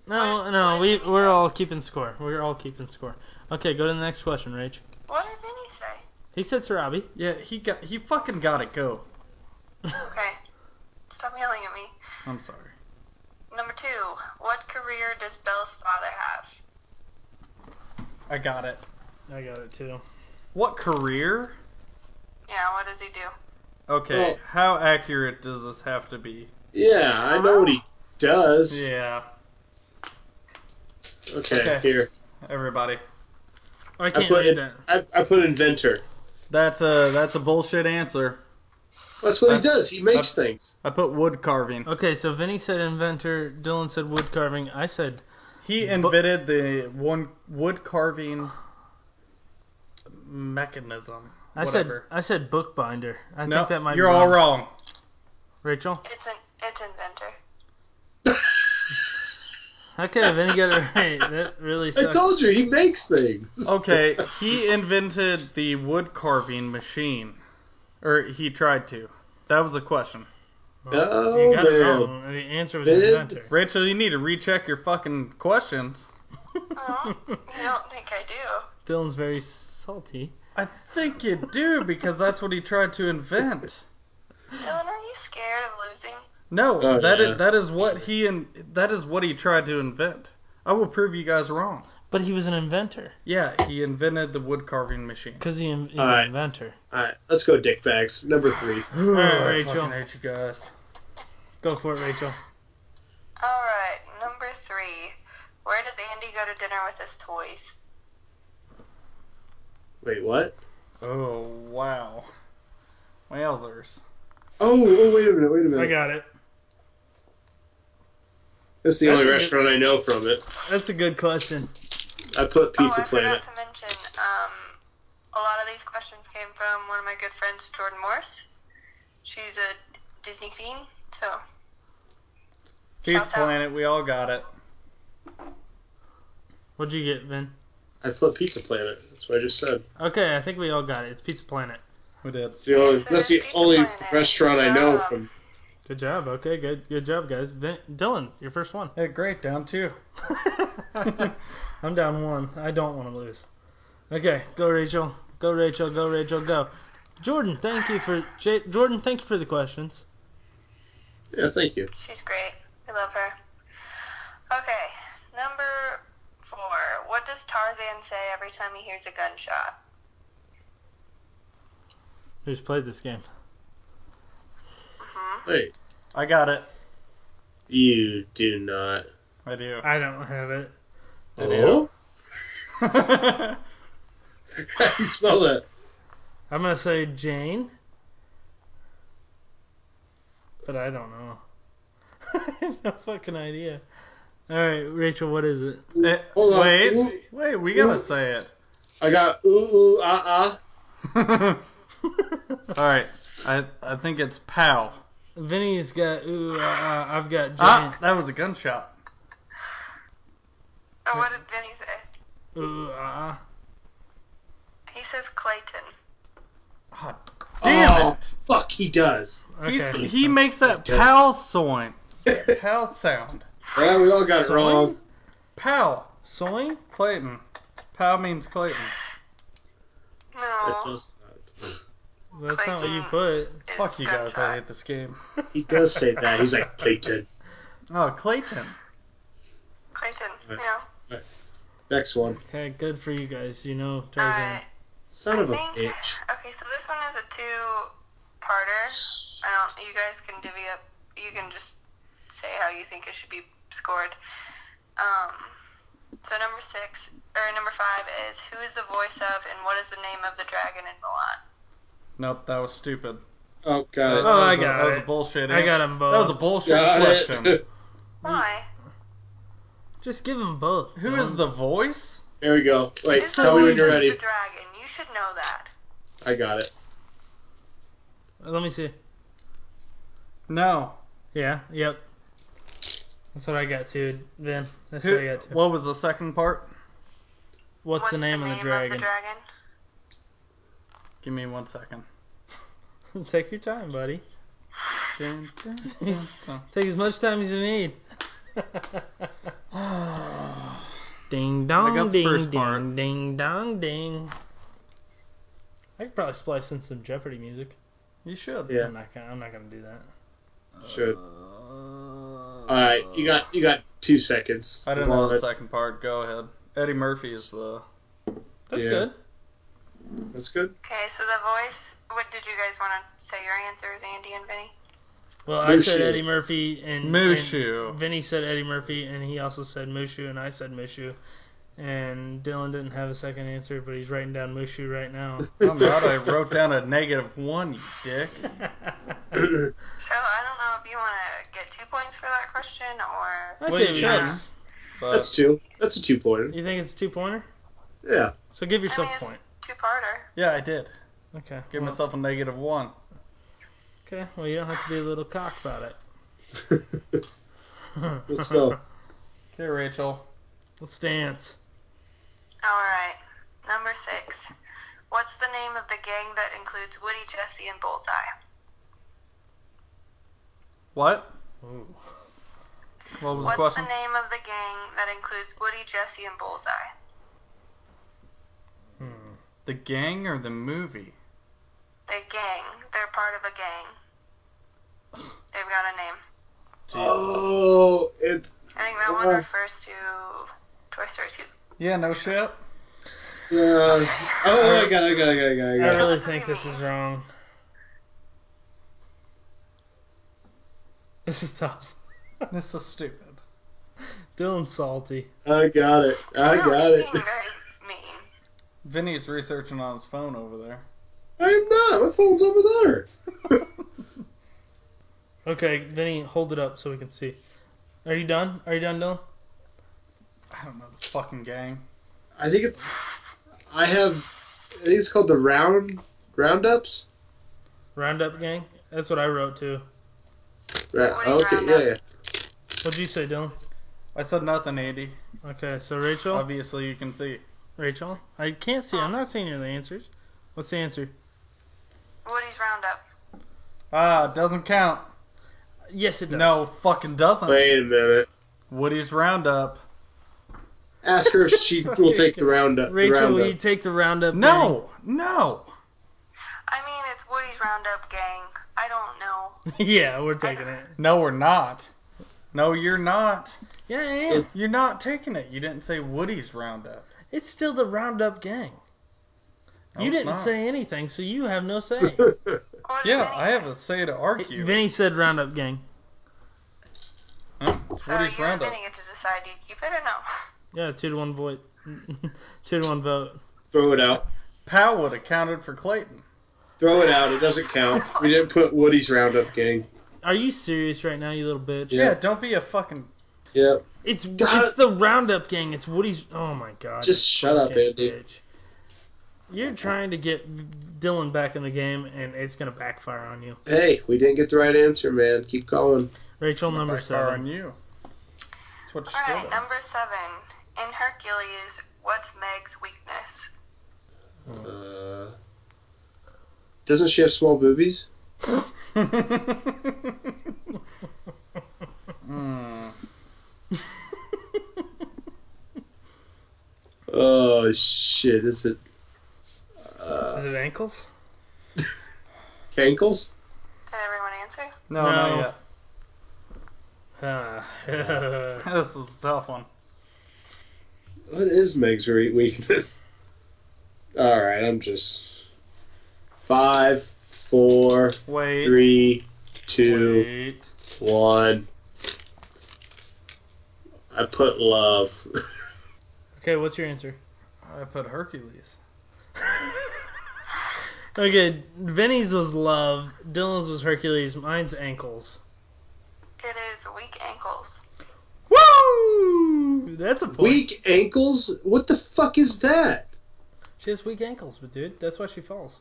Speaker 1: no,
Speaker 6: What-
Speaker 1: no.
Speaker 6: what
Speaker 1: We
Speaker 6: did he
Speaker 1: we're
Speaker 6: say?
Speaker 1: all keeping score. We're all keeping score. Okay, go to the next question, Rach.
Speaker 6: What did Vinny say?
Speaker 1: He said Sarabi.
Speaker 2: Yeah, he got he fucking got it. Go.
Speaker 6: Okay. Stop yelling at me.
Speaker 2: I'm sorry.
Speaker 6: Number two, what career does Belle's father have?
Speaker 2: I got it.
Speaker 1: I got it too.
Speaker 2: What career?
Speaker 6: Yeah, what does he do?
Speaker 2: Okay,
Speaker 3: Oh.
Speaker 2: how accurate does this have to be?
Speaker 3: Yeah, I know what he does.
Speaker 2: Yeah,
Speaker 3: Okay,
Speaker 2: Okay.
Speaker 3: here.
Speaker 2: everybody.
Speaker 1: I
Speaker 3: I
Speaker 1: can't
Speaker 3: put
Speaker 1: read
Speaker 3: in,
Speaker 1: that.
Speaker 3: I, I put inventor.
Speaker 2: That's a that's a bullshit answer.
Speaker 3: That's what
Speaker 2: I-
Speaker 3: he does. He makes things.
Speaker 2: I put wood carving.
Speaker 1: Okay, so Vinny said inventor. Dylan said wood carving. I said
Speaker 2: He invented the one wood carving mechanism.
Speaker 1: I
Speaker 2: Whatever.
Speaker 1: said I said bookbinder. I
Speaker 2: no,
Speaker 1: think that might
Speaker 2: you're
Speaker 1: be
Speaker 2: all wrong.
Speaker 1: Rachel.
Speaker 6: It's an it's inventor.
Speaker 1: Okay, Vinny got it right. That really
Speaker 3: I
Speaker 1: sucks.
Speaker 3: told you he makes things.
Speaker 2: Okay, he invented the wood carving machine, or he tried to. That was a question.
Speaker 3: Oh,
Speaker 1: You got it
Speaker 3: man.
Speaker 1: wrong. The answer was
Speaker 3: Vin-
Speaker 1: inventor.
Speaker 2: Rachel, you need to recheck your fucking questions.
Speaker 6: Oh, you don't think I do?
Speaker 1: Dylan's very salty.
Speaker 2: I think you do because that's what he tried to invent.
Speaker 6: Dylan, are you scared of losing?
Speaker 2: No, that
Speaker 3: Oh,
Speaker 2: is
Speaker 3: yeah.
Speaker 2: that is what he and that is what he tried to invent. I will prove you guys wrong.
Speaker 1: But he was an inventor
Speaker 2: Yeah, he invented the wood carving machine.
Speaker 1: because he, he's
Speaker 3: All right.
Speaker 1: an inventor.
Speaker 3: All right, let's go dickbags. Number three.
Speaker 2: All
Speaker 1: right, Rachel.
Speaker 2: right, Rachel. I fucking hate you guys.
Speaker 1: Go for it, Rachel.
Speaker 6: All right, number three. Where does Andy go to dinner with his toys?
Speaker 3: Wait, what?
Speaker 2: Oh wow, wowzers!
Speaker 3: Oh, oh, wait a minute, wait a minute.
Speaker 1: got it.
Speaker 3: That's the only
Speaker 1: That's a
Speaker 3: restaurant I know from it.
Speaker 1: That's a good question.
Speaker 3: I put Pizza
Speaker 6: oh, I
Speaker 3: Planet.
Speaker 6: forgot to mention. Um, a lot of these questions came from one of my good friends, Jordan Morse. She's a Disney fiend, so
Speaker 2: Peace
Speaker 6: Shout out.
Speaker 2: Planet, we all got it.
Speaker 1: What'd you get, Vin?
Speaker 3: I put Pizza Planet. That's what I just said.
Speaker 1: Okay, I think we all got it. It's Pizza Planet.
Speaker 2: We did.
Speaker 3: That's the only,
Speaker 6: Yes, it
Speaker 3: that's
Speaker 6: is
Speaker 3: the
Speaker 6: Pizza
Speaker 3: only
Speaker 6: Planet. Oh.
Speaker 3: restaurant I know
Speaker 6: Wow.
Speaker 3: from.
Speaker 1: Good job. Okay, good good job, guys. Vin, Dylan, your first one.
Speaker 2: Yeah, great, down two.
Speaker 1: I'm down one. I don't want to lose. Okay, go Rachel. Go Rachel. Go Rachel. Go. Jordan, thank you for J- Jordan. Thank you for the questions.
Speaker 3: Yeah, thank you.
Speaker 6: she's great. We love her. Okay, number four. What does Tarzan say every time he hears a gunshot?
Speaker 1: Who's played this game?
Speaker 6: hmm
Speaker 3: Wait,
Speaker 2: I got it.
Speaker 3: you do not.
Speaker 2: I do.
Speaker 1: I don't have it.
Speaker 3: Oh?
Speaker 1: Ah.
Speaker 2: I
Speaker 3: How do you spell that?
Speaker 1: I'm gonna say Jane, but I don't know. I have no fucking idea. All right, Rachel, what is it?
Speaker 2: Eh.
Speaker 3: Hold on.
Speaker 2: wait,
Speaker 3: Ooh.
Speaker 2: wait, we gotta say it.
Speaker 3: I got ooh ooh ah ah.
Speaker 2: all right, I I think it's pow.
Speaker 1: Vinny's got ooh, uh, uh, I've got Jane.
Speaker 2: Ah, that was a gunshot.
Speaker 6: Or Oh, what did Vinny say?
Speaker 1: Ooh, uh, uh.
Speaker 6: He says Clayton.
Speaker 2: Ah, damn
Speaker 3: Oh,
Speaker 2: it!
Speaker 3: Fuck, he does.
Speaker 2: He's,
Speaker 1: Okay.
Speaker 2: he makes that pow sound. Pow sound.
Speaker 3: Well, we all got it wrong.
Speaker 2: Pow.
Speaker 1: Soy?
Speaker 2: Clayton. Pow means Clayton.
Speaker 3: It
Speaker 6: No,
Speaker 3: does not.
Speaker 1: That's not what you put.
Speaker 6: it's
Speaker 2: Fuck you guys, I
Speaker 6: gunshot.
Speaker 2: hate this game.
Speaker 3: He does say that. He's like Clayton.
Speaker 2: Oh, Clayton.
Speaker 6: Clayton. Yeah.
Speaker 3: Next one.
Speaker 1: Okay, good for you guys. You know
Speaker 6: All
Speaker 1: Tarzan.
Speaker 6: right.
Speaker 3: Son of a
Speaker 6: I think-
Speaker 3: bitch.
Speaker 6: Okay, so this one is a two-parter. I don't. You guys can divvy up. You can just say how you think it should be scored. Um. So number six or number five is who is the voice of and what is the name of the dragon in Milan?
Speaker 2: Nope, that was stupid.
Speaker 3: Oh
Speaker 2: That,
Speaker 3: god.
Speaker 1: Oh,
Speaker 2: was
Speaker 1: I
Speaker 2: a-
Speaker 1: got
Speaker 2: That was a
Speaker 1: it.
Speaker 2: bullshit
Speaker 1: I got
Speaker 2: answer.
Speaker 1: them
Speaker 2: That was
Speaker 1: both.
Speaker 2: a bullshit
Speaker 3: Got
Speaker 2: question.
Speaker 3: it.
Speaker 6: Why?
Speaker 1: Just give them both.
Speaker 2: Who is the voice?
Speaker 3: There we go. Wait,
Speaker 6: This
Speaker 3: tell me when you're
Speaker 6: is
Speaker 3: ready.
Speaker 6: The dragon. You should know that.
Speaker 3: I got it.
Speaker 1: Let me see.
Speaker 2: No.
Speaker 1: Yeah, yep. That's what I got too, Then That's what I
Speaker 2: Who,
Speaker 1: got too.
Speaker 2: what was the second part?
Speaker 1: What's, the name, of the dragon?
Speaker 2: Give me one second.
Speaker 1: Take your time, buddy.
Speaker 2: Dun, dun, dun, dun.
Speaker 1: Take as much time as you need. ding dong,
Speaker 2: got the
Speaker 1: ding
Speaker 2: first
Speaker 1: ding,
Speaker 2: part.
Speaker 1: ding dong, ding. I could probably splice in some Jeopardy music.
Speaker 2: You should.
Speaker 3: Yeah.
Speaker 1: I'm not gonna. I'm not gonna do that.
Speaker 3: Should.
Speaker 2: All
Speaker 3: All right, you got you got two seconds.
Speaker 2: I didn't
Speaker 3: Come
Speaker 2: know
Speaker 3: on.
Speaker 2: the second part. Go ahead. Eddie Murphy is the.
Speaker 1: That's
Speaker 3: Yeah.
Speaker 1: good.
Speaker 3: That's good.
Speaker 6: Okay, so the voice. What did you guys want to say your answers, Andy and Vinny?
Speaker 1: Well, I
Speaker 3: Mushu.
Speaker 1: said Eddie Murphy and
Speaker 2: Mushu.
Speaker 1: and Vinny said Eddie Murphy, and he also said Mushu, and I said Mushu. And Dylan didn't have a second answer, but he's writing down Mushu right now.
Speaker 2: I'm glad I wrote down a negative one, you dick. uh,
Speaker 6: So I don't know if you want to get two points for that question or.
Speaker 1: I
Speaker 2: Well,
Speaker 1: say
Speaker 2: you
Speaker 1: we
Speaker 2: should.
Speaker 1: do.
Speaker 2: But
Speaker 3: That's two. That's a two pointer.
Speaker 1: You think it's two pointer?
Speaker 3: Yeah.
Speaker 1: So give yourself
Speaker 6: I mean,
Speaker 1: a
Speaker 6: it's
Speaker 1: point.
Speaker 6: two-parter.
Speaker 2: yeah, I did.
Speaker 1: Okay.
Speaker 2: Give
Speaker 1: well,
Speaker 2: myself a negative one.
Speaker 1: Okay. Well, you don't have to be a little cock about it.
Speaker 3: Let's go.
Speaker 2: Okay, Rachel.
Speaker 1: Let's dance.
Speaker 6: All right. Number six. What's the name of the gang that includes Woody, Jesse, and Bullseye?
Speaker 2: What?
Speaker 1: Ooh.
Speaker 2: What was the
Speaker 6: What's the
Speaker 2: question?
Speaker 6: name of the gang that includes Woody, Jesse, and Bullseye?
Speaker 1: Hmm.
Speaker 2: The gang or the movie?
Speaker 6: The gang. They're part of a gang. They've got a name.
Speaker 3: Oh, it,
Speaker 6: I think that one
Speaker 3: Oh.
Speaker 6: refers to Toy Story 2.
Speaker 2: Yeah, no shit.
Speaker 3: yeah. Oh, I got it, I got it, I got it, I got it, I
Speaker 1: I
Speaker 3: got it.
Speaker 1: really think this is wrong. This is tough.
Speaker 2: This is stupid.
Speaker 1: Dylan's salty.
Speaker 3: I got it. I got it.
Speaker 6: Being very mean.
Speaker 2: Vinny's researching on his phone over there.
Speaker 3: I'm not. My phone's over there.
Speaker 1: Okay, Vinny, hold it up so we can see. Are you done? Are you done, Dylan?
Speaker 2: I don't know the fucking gang.
Speaker 3: I think it's. I have. I think it's called the round roundups.
Speaker 1: Roundup gang? That's what I wrote too.
Speaker 3: Ra-
Speaker 6: Morning
Speaker 3: okay, yeah, yeah.
Speaker 6: roundup.
Speaker 1: What'd you say, Dylan?
Speaker 2: I said nothing, Andy.
Speaker 1: Okay, so Rachel?
Speaker 2: Obviously, you can see.
Speaker 1: Rachel? I can't see. I'm not seeing your answers. What's the answer?
Speaker 6: Woody's Roundup.
Speaker 2: Ah, doesn't count.
Speaker 1: Yes, it does.
Speaker 2: No, fucking doesn't.
Speaker 3: Wait a minute.
Speaker 2: Woody's Roundup.
Speaker 3: Ask her if she will take the roundup. The
Speaker 1: Rachel, will
Speaker 3: roundup.
Speaker 1: you take the roundup?
Speaker 2: No, no.
Speaker 6: I mean, it's Woody's Roundup gang. I don't know.
Speaker 1: gang? yeah, we're taking it.
Speaker 2: No, we're not. No, you're not.
Speaker 1: Yeah, yeah, yeah.
Speaker 2: You're not taking it. You didn't say Woody's Roundup.
Speaker 1: It's still the roundup gang.
Speaker 2: No,
Speaker 1: you
Speaker 2: it's
Speaker 1: didn't
Speaker 2: not.
Speaker 1: say anything, so you have no say.
Speaker 6: What does
Speaker 2: Yeah,
Speaker 6: Vinny
Speaker 2: I have a say to argue.
Speaker 1: Vinny said roundup gang.
Speaker 2: Huh? It's
Speaker 6: So
Speaker 2: Woody's
Speaker 6: you and
Speaker 2: Roundup.
Speaker 6: Vinny get to decide. Do you keep it or no?
Speaker 1: Yeah, two to one vote. two to one vote.
Speaker 3: Throw it out.
Speaker 2: Powell would have counted for Clayton.
Speaker 3: Throw it out. It doesn't count. We didn't put Woody's roundup gang.
Speaker 1: Are you serious right now, you little bitch?
Speaker 2: Yeah,
Speaker 3: Yeah.
Speaker 2: don't be a fucking.
Speaker 3: Yeah.
Speaker 1: It's
Speaker 3: God.
Speaker 1: it's the roundup gang. It's Woody's. Oh my god.
Speaker 3: Just
Speaker 1: you
Speaker 3: shut up,
Speaker 1: fucking
Speaker 3: Andy.
Speaker 1: bitch. You're trying to get Dylan back in the game, and it's gonna backfire on you.
Speaker 3: Hey, we didn't get the right answer, man. Keep going.
Speaker 1: Rachel number
Speaker 2: backfire
Speaker 1: seven.
Speaker 2: on you. That's what you
Speaker 6: All right,
Speaker 2: should have.
Speaker 6: number seven. In Hercules, what's Meg's weakness?
Speaker 3: Uh, doesn't she have small boobies?
Speaker 2: Hmm.
Speaker 3: Oh shit! Is it uh,
Speaker 1: Is it ankles?
Speaker 3: ankles?
Speaker 6: Did everyone answer?
Speaker 2: No,
Speaker 1: No.
Speaker 2: not yet.
Speaker 1: Ah.
Speaker 2: This is a tough one.
Speaker 3: What is Meg's re- weakness? All right, I'm just five, four,
Speaker 2: Wait.
Speaker 3: three, two,
Speaker 2: Wait.
Speaker 3: one. I put love.
Speaker 1: okay, what's your answer?
Speaker 2: I put Hercules.
Speaker 1: Okay, Vinny's was love. Dylan's was Hercules. Mine's ankles.
Speaker 6: It is weak ankles.
Speaker 1: Woo! That's a point.
Speaker 3: Weak ankles? What the fuck is that?
Speaker 1: She has weak ankles, but dude, that's why she falls.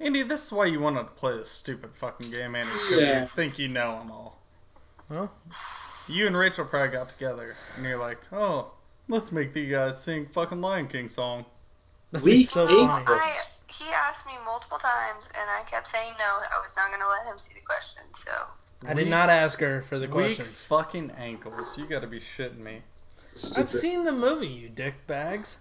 Speaker 2: Andy, this is why you want to play this stupid fucking game, Andy. 'cause
Speaker 3: Yeah.
Speaker 2: You think you know them all.
Speaker 1: Well,
Speaker 2: You and Rachel probably got together, and you're like, oh, let's make these guys sing fucking Lion King song.
Speaker 3: Weak
Speaker 1: So funny.
Speaker 6: I
Speaker 3: ankles.
Speaker 6: he asked me multiple times, and I kept saying no. I was not gonna let him see the question. So
Speaker 1: I did
Speaker 2: Weak-
Speaker 1: not ask her for the
Speaker 2: Weak
Speaker 1: questions.
Speaker 2: fucking ankles. You gotta be shitting me.
Speaker 1: I've
Speaker 3: Stupid.
Speaker 1: seen the movie, you dick bags.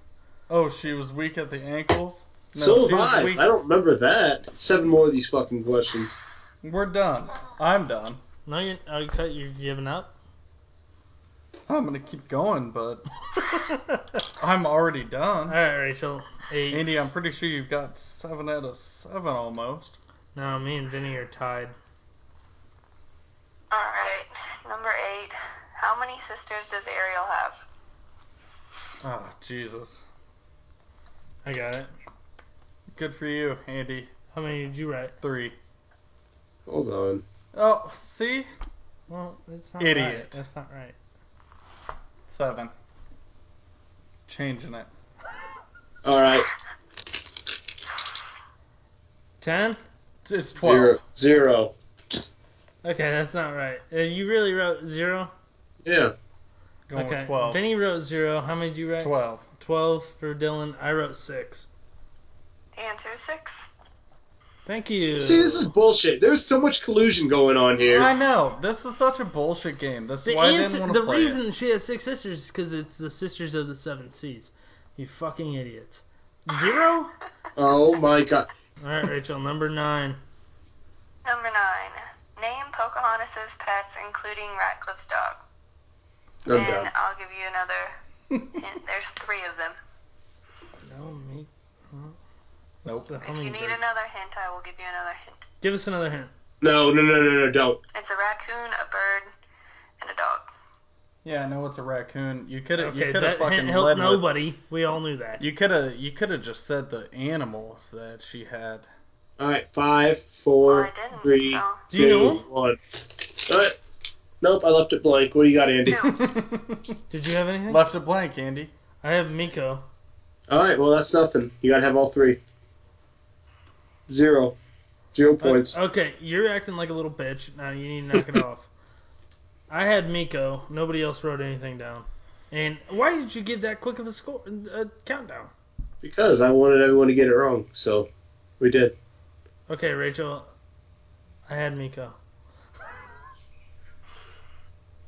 Speaker 2: Oh, she was weak at the ankles? No,
Speaker 3: so
Speaker 2: she
Speaker 3: have
Speaker 2: was
Speaker 3: I.
Speaker 2: weak-
Speaker 3: I don't remember that. Seven more of these fucking questions.
Speaker 2: We're done. I'm done.
Speaker 1: No, you're oh, cut. You're giving up.
Speaker 2: I'm gonna keep going, but
Speaker 1: All
Speaker 2: I'm already done.
Speaker 1: right, Rachel. Eight.
Speaker 2: Andy, I'm pretty sure you've got seven out of seven almost.
Speaker 1: No, me and Vinny are tied.
Speaker 6: all right, number eight. How many sisters does Ariel have?
Speaker 2: Ah, Jesus.
Speaker 1: I got it.
Speaker 2: Good for you, Andy.
Speaker 1: How many did you write?
Speaker 2: Three.
Speaker 3: Hold on.
Speaker 2: Oh, see?
Speaker 1: Well, that's not right.
Speaker 2: Idiot.
Speaker 1: That's not right.
Speaker 2: Seven. Changing it.
Speaker 3: All right.
Speaker 1: Ten.
Speaker 2: It's 12.
Speaker 3: Zero. Zero.
Speaker 1: Okay, that's not right. Uh, you really wrote zero.
Speaker 3: Yeah.
Speaker 2: Going
Speaker 1: okay.
Speaker 2: with 12.
Speaker 1: Vinny wrote zero. How many did you write?
Speaker 2: 12.
Speaker 1: Twelve for Dylan. I wrote six.
Speaker 6: The answer is six.
Speaker 1: Thank you.
Speaker 3: See, this is bullshit. There's so much collusion going on
Speaker 2: I
Speaker 3: here.
Speaker 2: know. This is such a bullshit game. This is
Speaker 1: the
Speaker 2: why I
Speaker 1: answer-
Speaker 2: didn't want
Speaker 1: the
Speaker 2: to play
Speaker 1: reason she has six sisters is because it's the Sisters of the Seven Seas. You fucking idiots. Zero.
Speaker 3: Oh my god.
Speaker 1: All right, Rachel. Number nine.
Speaker 6: Number nine. Name Pocahontas's pets, including Ratcliffe's dog.
Speaker 3: I'm
Speaker 6: and
Speaker 3: done.
Speaker 6: I'll give you another hint. There's three of them.
Speaker 1: No, me. no.
Speaker 2: Nope.
Speaker 1: The
Speaker 6: If you
Speaker 1: hummingbird.
Speaker 6: need another hint, I will give you another hint.
Speaker 1: Give us another hint.
Speaker 3: No, no, no, no, no, don't.
Speaker 6: It's a raccoon, a bird, and a dog.
Speaker 2: it. Yeah, I know it's a raccoon. You could have.
Speaker 1: Okay,
Speaker 2: you could
Speaker 1: that
Speaker 2: have
Speaker 1: hint
Speaker 2: fucking
Speaker 1: helped
Speaker 2: led with-
Speaker 1: nobody. We all knew that.
Speaker 2: You could have. You could have just said the animals that she had.
Speaker 3: All right. Five, four,
Speaker 6: Well, Oh, I didn't,
Speaker 3: three,
Speaker 6: so-
Speaker 1: Do you know
Speaker 3: two,
Speaker 1: him?
Speaker 3: one. All right. Nope, I left it blank. What do you got, Andy?
Speaker 6: No.
Speaker 1: Did you have anything?
Speaker 2: Left it blank, Andy.
Speaker 1: I have Miko.
Speaker 3: All right, well, that's nothing. You got to have all three. Zero. Zero points.
Speaker 1: Uh, okay, you're acting like a little bitch. Now you need to knock it off. I had Miko. Nobody else wrote anything down. And why did you give that quick of a score a countdown?
Speaker 3: Because I wanted everyone to get it wrong, so we did.
Speaker 1: Okay, Rachel. I had Miko.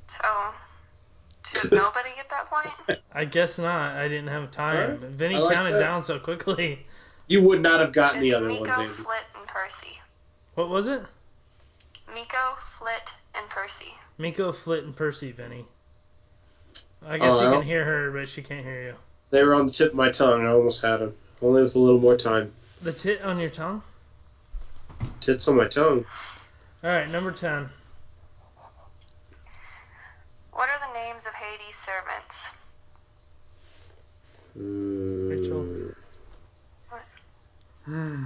Speaker 6: So, should nobody get that point?
Speaker 1: I guess not. I didn't have time.
Speaker 3: Alright,
Speaker 1: But Vinny
Speaker 3: I like
Speaker 1: counted
Speaker 3: that.
Speaker 1: down so quickly.
Speaker 3: You would not have gotten the
Speaker 6: It's
Speaker 3: other
Speaker 6: Miko,
Speaker 3: ones, Andy.
Speaker 6: Flit, and Percy.
Speaker 1: What was it?
Speaker 6: Miko, Flit, and Percy.
Speaker 1: Miko, Flit, and Percy, Vinny. I guess you
Speaker 3: Alright.
Speaker 1: can hear her, but she can't hear you.
Speaker 3: They were on the tip of my tongue. I almost had them. Only with a little more time.
Speaker 1: The tit on your tongue?
Speaker 3: Tits on my tongue.
Speaker 1: Alright, number 10.
Speaker 6: What are the names of Hades' servants?
Speaker 3: Mm,
Speaker 1: Rachel. Hmm.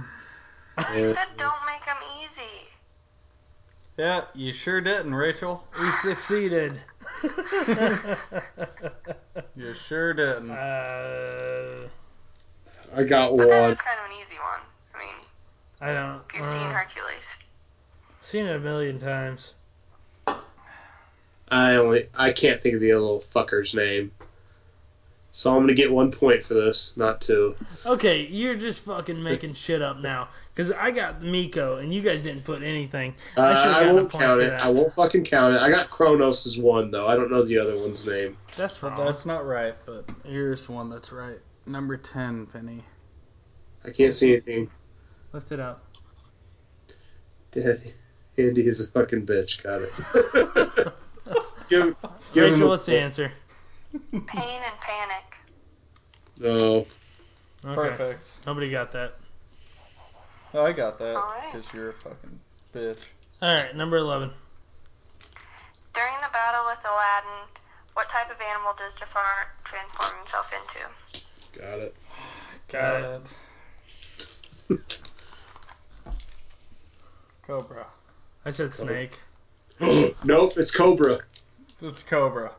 Speaker 6: You
Speaker 3: Yeah.
Speaker 6: said don't make them easy.
Speaker 2: Yeah, you sure didn't, Rachel.
Speaker 1: We succeeded. Uh,
Speaker 2: You sure didn't.
Speaker 1: Uh,
Speaker 3: I got
Speaker 6: But that
Speaker 3: one.
Speaker 6: was kind of an easy one. I mean,
Speaker 1: I don't.
Speaker 6: if you've seen
Speaker 1: uh,
Speaker 6: Hercules.
Speaker 1: Seen it a million times.
Speaker 3: I only. I can't think of the other little fucker's name. So I'm gonna get one point for this, not two.
Speaker 1: Okay, you're just fucking making shit up now. Because I got Miko, and you guys didn't put anything.
Speaker 3: Uh,
Speaker 1: I should've
Speaker 3: I,
Speaker 1: gotten a
Speaker 3: won't
Speaker 1: point
Speaker 3: count
Speaker 1: for
Speaker 3: it.
Speaker 1: that.
Speaker 3: I won't fucking count it. I got Kronos as one though. I don't know the other one's name.
Speaker 1: That's
Speaker 2: But
Speaker 1: wrong.
Speaker 2: that's not right. But here's one that's right. Number ten, Vinny.
Speaker 3: I can't see anything.
Speaker 1: Lift it up.
Speaker 3: Daddy, Andy is a fucking bitch. Got it. give, give him
Speaker 1: Rachel,
Speaker 3: a
Speaker 1: what's the
Speaker 3: point.
Speaker 1: answer?
Speaker 6: Pain and Panic.
Speaker 3: No.
Speaker 1: Okay.
Speaker 2: Perfect.
Speaker 1: Nobody got that.
Speaker 2: Oh, I got that
Speaker 6: Alright.
Speaker 2: because you're a fucking bitch.
Speaker 1: All right, number 11.
Speaker 6: During the battle with Aladdin, what type of animal does Jafar transform himself into?
Speaker 3: Got it.
Speaker 1: Got
Speaker 2: it. Cobra.
Speaker 1: I said snake.
Speaker 3: nope, it's Cobra.
Speaker 2: It's Cobra.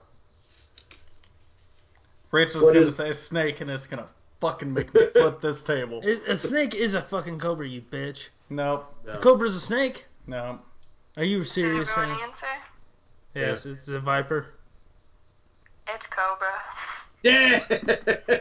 Speaker 2: Rachel's
Speaker 3: What
Speaker 2: gonna
Speaker 3: is-
Speaker 2: say snake, and it's gonna fucking make me flip this table.
Speaker 1: It, a snake is a fucking cobra, you bitch.
Speaker 2: Nope,
Speaker 1: A cobra's a snake.
Speaker 2: no.
Speaker 1: Are you
Speaker 6: Did
Speaker 1: serious?
Speaker 6: everyone
Speaker 1: man?
Speaker 6: answer?
Speaker 1: Yes, it's a viper.
Speaker 6: It's Cobra.
Speaker 3: Yeah.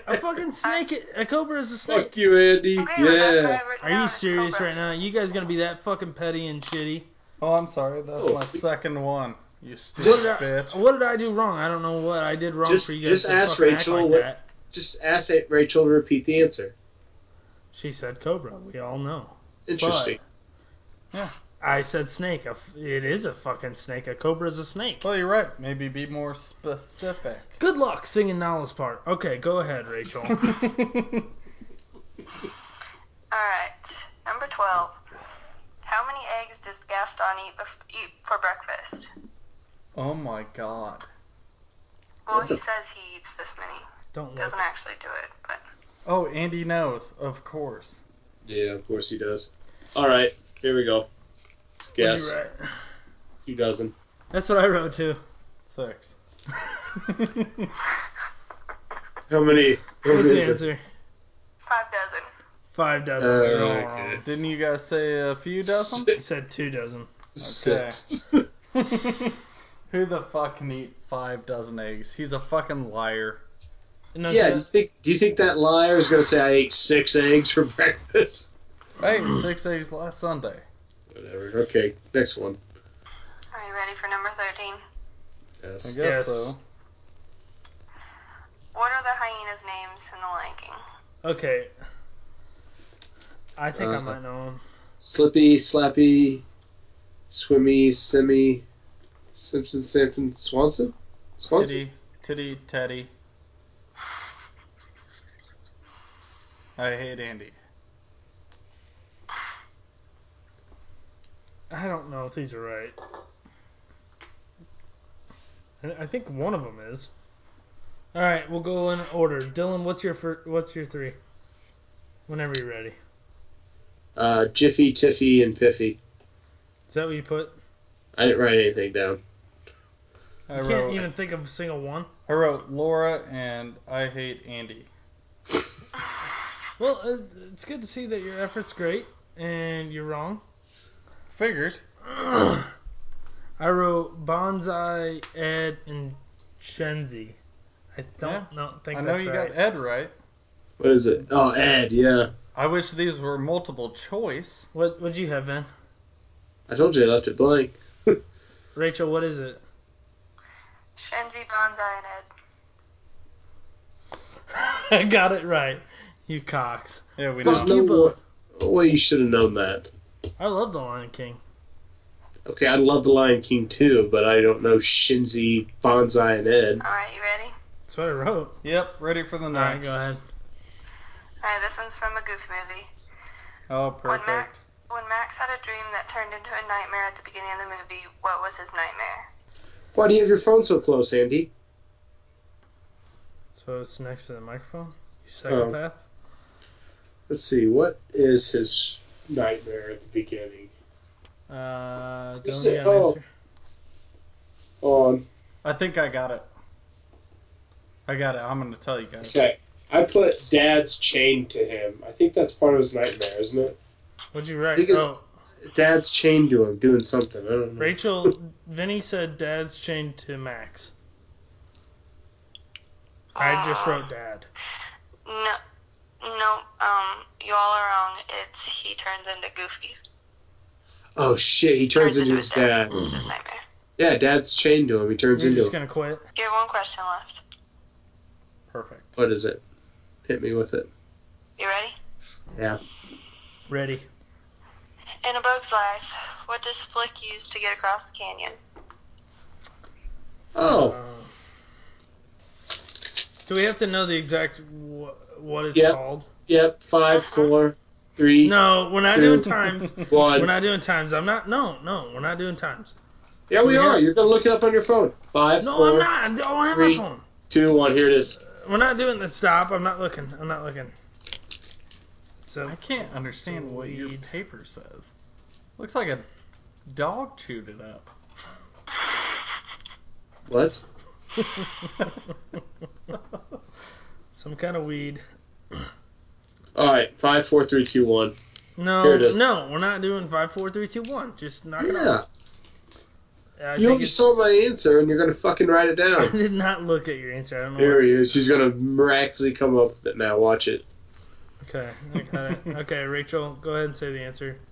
Speaker 1: A fucking snake. A cobra is a snake.
Speaker 3: Fuck you, Andy.
Speaker 6: Okay, well, that's what
Speaker 3: Yeah.
Speaker 6: I've written
Speaker 1: Are
Speaker 6: down,
Speaker 1: you
Speaker 6: it's
Speaker 1: serious
Speaker 6: Cobra.
Speaker 1: right now? You guys gonna be that fucking petty and shitty?
Speaker 2: Oh, I'm sorry. That's
Speaker 3: Oh.
Speaker 2: my second one. You stupid
Speaker 3: Just-
Speaker 2: bitch.
Speaker 1: What did I do wrong? I don't know what I did wrong
Speaker 3: Just-
Speaker 1: for you guys
Speaker 3: just
Speaker 1: to
Speaker 3: ask
Speaker 1: fucking act
Speaker 3: Rachel
Speaker 1: like
Speaker 3: what-
Speaker 1: that.
Speaker 3: Just ask Aunt Rachel to repeat the answer.
Speaker 1: She said cobra. We all know.
Speaker 3: Interesting.
Speaker 1: I said snake. A f- It is a fucking snake. A cobra is a snake.
Speaker 2: Well, you're right. Maybe be more specific.
Speaker 1: Good luck singing Nala's part. Okay, go ahead, Rachel.
Speaker 6: Alright, number 12. How many eggs does Gaston eat, bef- eat for breakfast?
Speaker 2: oh my god.
Speaker 6: Well, he says he eats this many.
Speaker 1: Don't look.
Speaker 6: Doesn't actually do it, but.
Speaker 2: Oh, Andy knows, of course.
Speaker 3: Yeah, of course he does. All right, here we go. Guess
Speaker 1: You're right.
Speaker 3: two dozen.
Speaker 1: That's what I wrote too.
Speaker 2: Six.
Speaker 3: How many? How
Speaker 1: What's
Speaker 3: many
Speaker 1: the
Speaker 3: is it?
Speaker 1: answer?
Speaker 6: Five dozen.
Speaker 1: Five dozen.
Speaker 3: Uh,
Speaker 1: You're all
Speaker 3: okay.
Speaker 1: wrong.
Speaker 2: Didn't you guys say a few dozen?
Speaker 1: I said two dozen.
Speaker 3: Six.
Speaker 2: Who the fuck can eat five dozen eggs? He's a fucking liar.
Speaker 1: No,
Speaker 3: Yeah, do you
Speaker 1: just-
Speaker 3: think do you think that liar is gonna say I ate six eggs for breakfast?
Speaker 2: I ate six eggs last Sunday.
Speaker 3: Whatever. Okay, next one.
Speaker 6: Are you ready for number 13?
Speaker 2: I guess
Speaker 3: Yes.
Speaker 1: Yes.
Speaker 2: so.
Speaker 6: What are the hyenas' names in The Lion King?
Speaker 1: okay. I think I
Speaker 3: Uh,
Speaker 1: might know him.
Speaker 3: Slippy, slappy, swimmy, simmy, Simpson, Sampson, Swanson, Swanson.
Speaker 2: Titty, titty, teddy. I hate Andy.
Speaker 1: I don't know if these are right. I I think one of them is. All right, we'll go in order. Dylan, what's your fir- what's your three? Whenever you're ready.
Speaker 3: Uh, Jiffy, Tiffy, and Piffy.
Speaker 1: Is that what you put?
Speaker 3: I didn't write anything down.
Speaker 2: I
Speaker 1: I
Speaker 2: wrote,
Speaker 1: can't even think of a single one.
Speaker 2: I wrote Laura and I hate Andy.
Speaker 1: Well, uh, it's good to see that your effort's great and you're wrong.
Speaker 2: Figured.
Speaker 1: I wrote Bonsai, Ed, and Chenzi. I don't know, think
Speaker 2: I know
Speaker 1: that's
Speaker 2: you
Speaker 1: right.
Speaker 2: got Ed right.
Speaker 3: What is it? Oh, Ed. Yeah,
Speaker 2: I wish these were multiple choice.
Speaker 1: What what'd you have, Ben?
Speaker 3: I told you I left it blank.
Speaker 1: Rachel, what is it?
Speaker 6: Shenzi, Bonsai, and Ed.
Speaker 1: I got it right. You cocks.
Speaker 2: Yeah, we
Speaker 3: There's
Speaker 2: know.
Speaker 1: Fuck you
Speaker 3: no wa-
Speaker 1: both.
Speaker 3: no way you should have known that.
Speaker 1: I love The Lion King.
Speaker 3: Okay, I love The Lion King too, but I don't know Shinzi, Bonsai, and Ed.
Speaker 6: Alright, you ready?
Speaker 1: That's what I wrote.
Speaker 2: Yep, ready for the
Speaker 1: All right,
Speaker 2: next.
Speaker 1: go ahead.
Speaker 6: Alright, this one's from a goof movie.
Speaker 2: Oh,
Speaker 6: When Mac,
Speaker 2: perfect.
Speaker 6: when Max had a dream that turned into a nightmare at the beginning of the movie, what was his nightmare?
Speaker 3: Why do you have your phone so close, Andy?
Speaker 1: So it's next to the microphone. You psychopath.
Speaker 3: Let's see, what is his nightmare at the beginning?
Speaker 1: Uh,
Speaker 3: You
Speaker 1: don't
Speaker 3: said-
Speaker 1: you have
Speaker 3: oh.
Speaker 1: an answer?
Speaker 3: On
Speaker 2: I think I got it. I got it. I'm gonna tell you guys.
Speaker 3: okay, I put Dad's chained to him. I think that's part of his nightmare, isn't it?
Speaker 1: What'd you write?
Speaker 3: I think it's-
Speaker 1: Oh,
Speaker 3: Dad's chained to him, doing something. I don't know.
Speaker 1: Rachel. Vinny said Dad's chained to Max. I just wrote Dad.
Speaker 6: No, no. Um, you all are wrong. It's he turns into Goofy.
Speaker 3: Oh shit, he turns into his dad.
Speaker 6: It's his nightmare.
Speaker 3: Yeah, Dad's chained to him. He turns
Speaker 1: You're
Speaker 3: into
Speaker 1: just
Speaker 3: him.
Speaker 1: gonna quit.
Speaker 6: You have one question left.
Speaker 2: Perfect.
Speaker 3: What is it? Hit me with it.
Speaker 6: You ready?
Speaker 3: Yeah.
Speaker 1: Ready.
Speaker 6: In a bug's life, what does Flick use to get across the canyon?
Speaker 3: Oh,
Speaker 1: Um, do we have to know the exact wh- what it's
Speaker 3: Yep.
Speaker 1: called?
Speaker 3: yep. Five, four, three, one.
Speaker 1: No, we're not doing times. We're not doing times. I'm not. No, no, we're not doing times.
Speaker 3: Yeah, we
Speaker 1: Over here.
Speaker 3: are. You're gonna look it up on your phone. Five,
Speaker 1: No,
Speaker 3: four,
Speaker 1: I'm not. Oh, I don't have
Speaker 3: three.
Speaker 1: my phone.
Speaker 3: two, one. Here it is.
Speaker 1: We're not doing the stop. I'm not looking. I'm not looking. So
Speaker 2: I can't understand what your
Speaker 1: Weed.
Speaker 2: paper says. Looks like a dog chewed it up.
Speaker 3: What?
Speaker 1: Some kind of weed.
Speaker 3: All right, five, four, three, two, one. Here
Speaker 1: No,
Speaker 3: it is.
Speaker 1: no, we're not doing five, four, three, two, one. Just knock it
Speaker 3: Yeah,
Speaker 1: off. I
Speaker 3: you
Speaker 1: think
Speaker 3: already
Speaker 1: it's-
Speaker 3: saw my answer, and you're gonna fucking write it
Speaker 1: I
Speaker 3: down.
Speaker 1: did not look at your answer. I don't know.
Speaker 3: Here
Speaker 1: what's-
Speaker 3: he is. He's gonna miraculously come up with it now. Watch it.
Speaker 1: Okay, I got it. Okay, Rachel, go ahead and say the answer.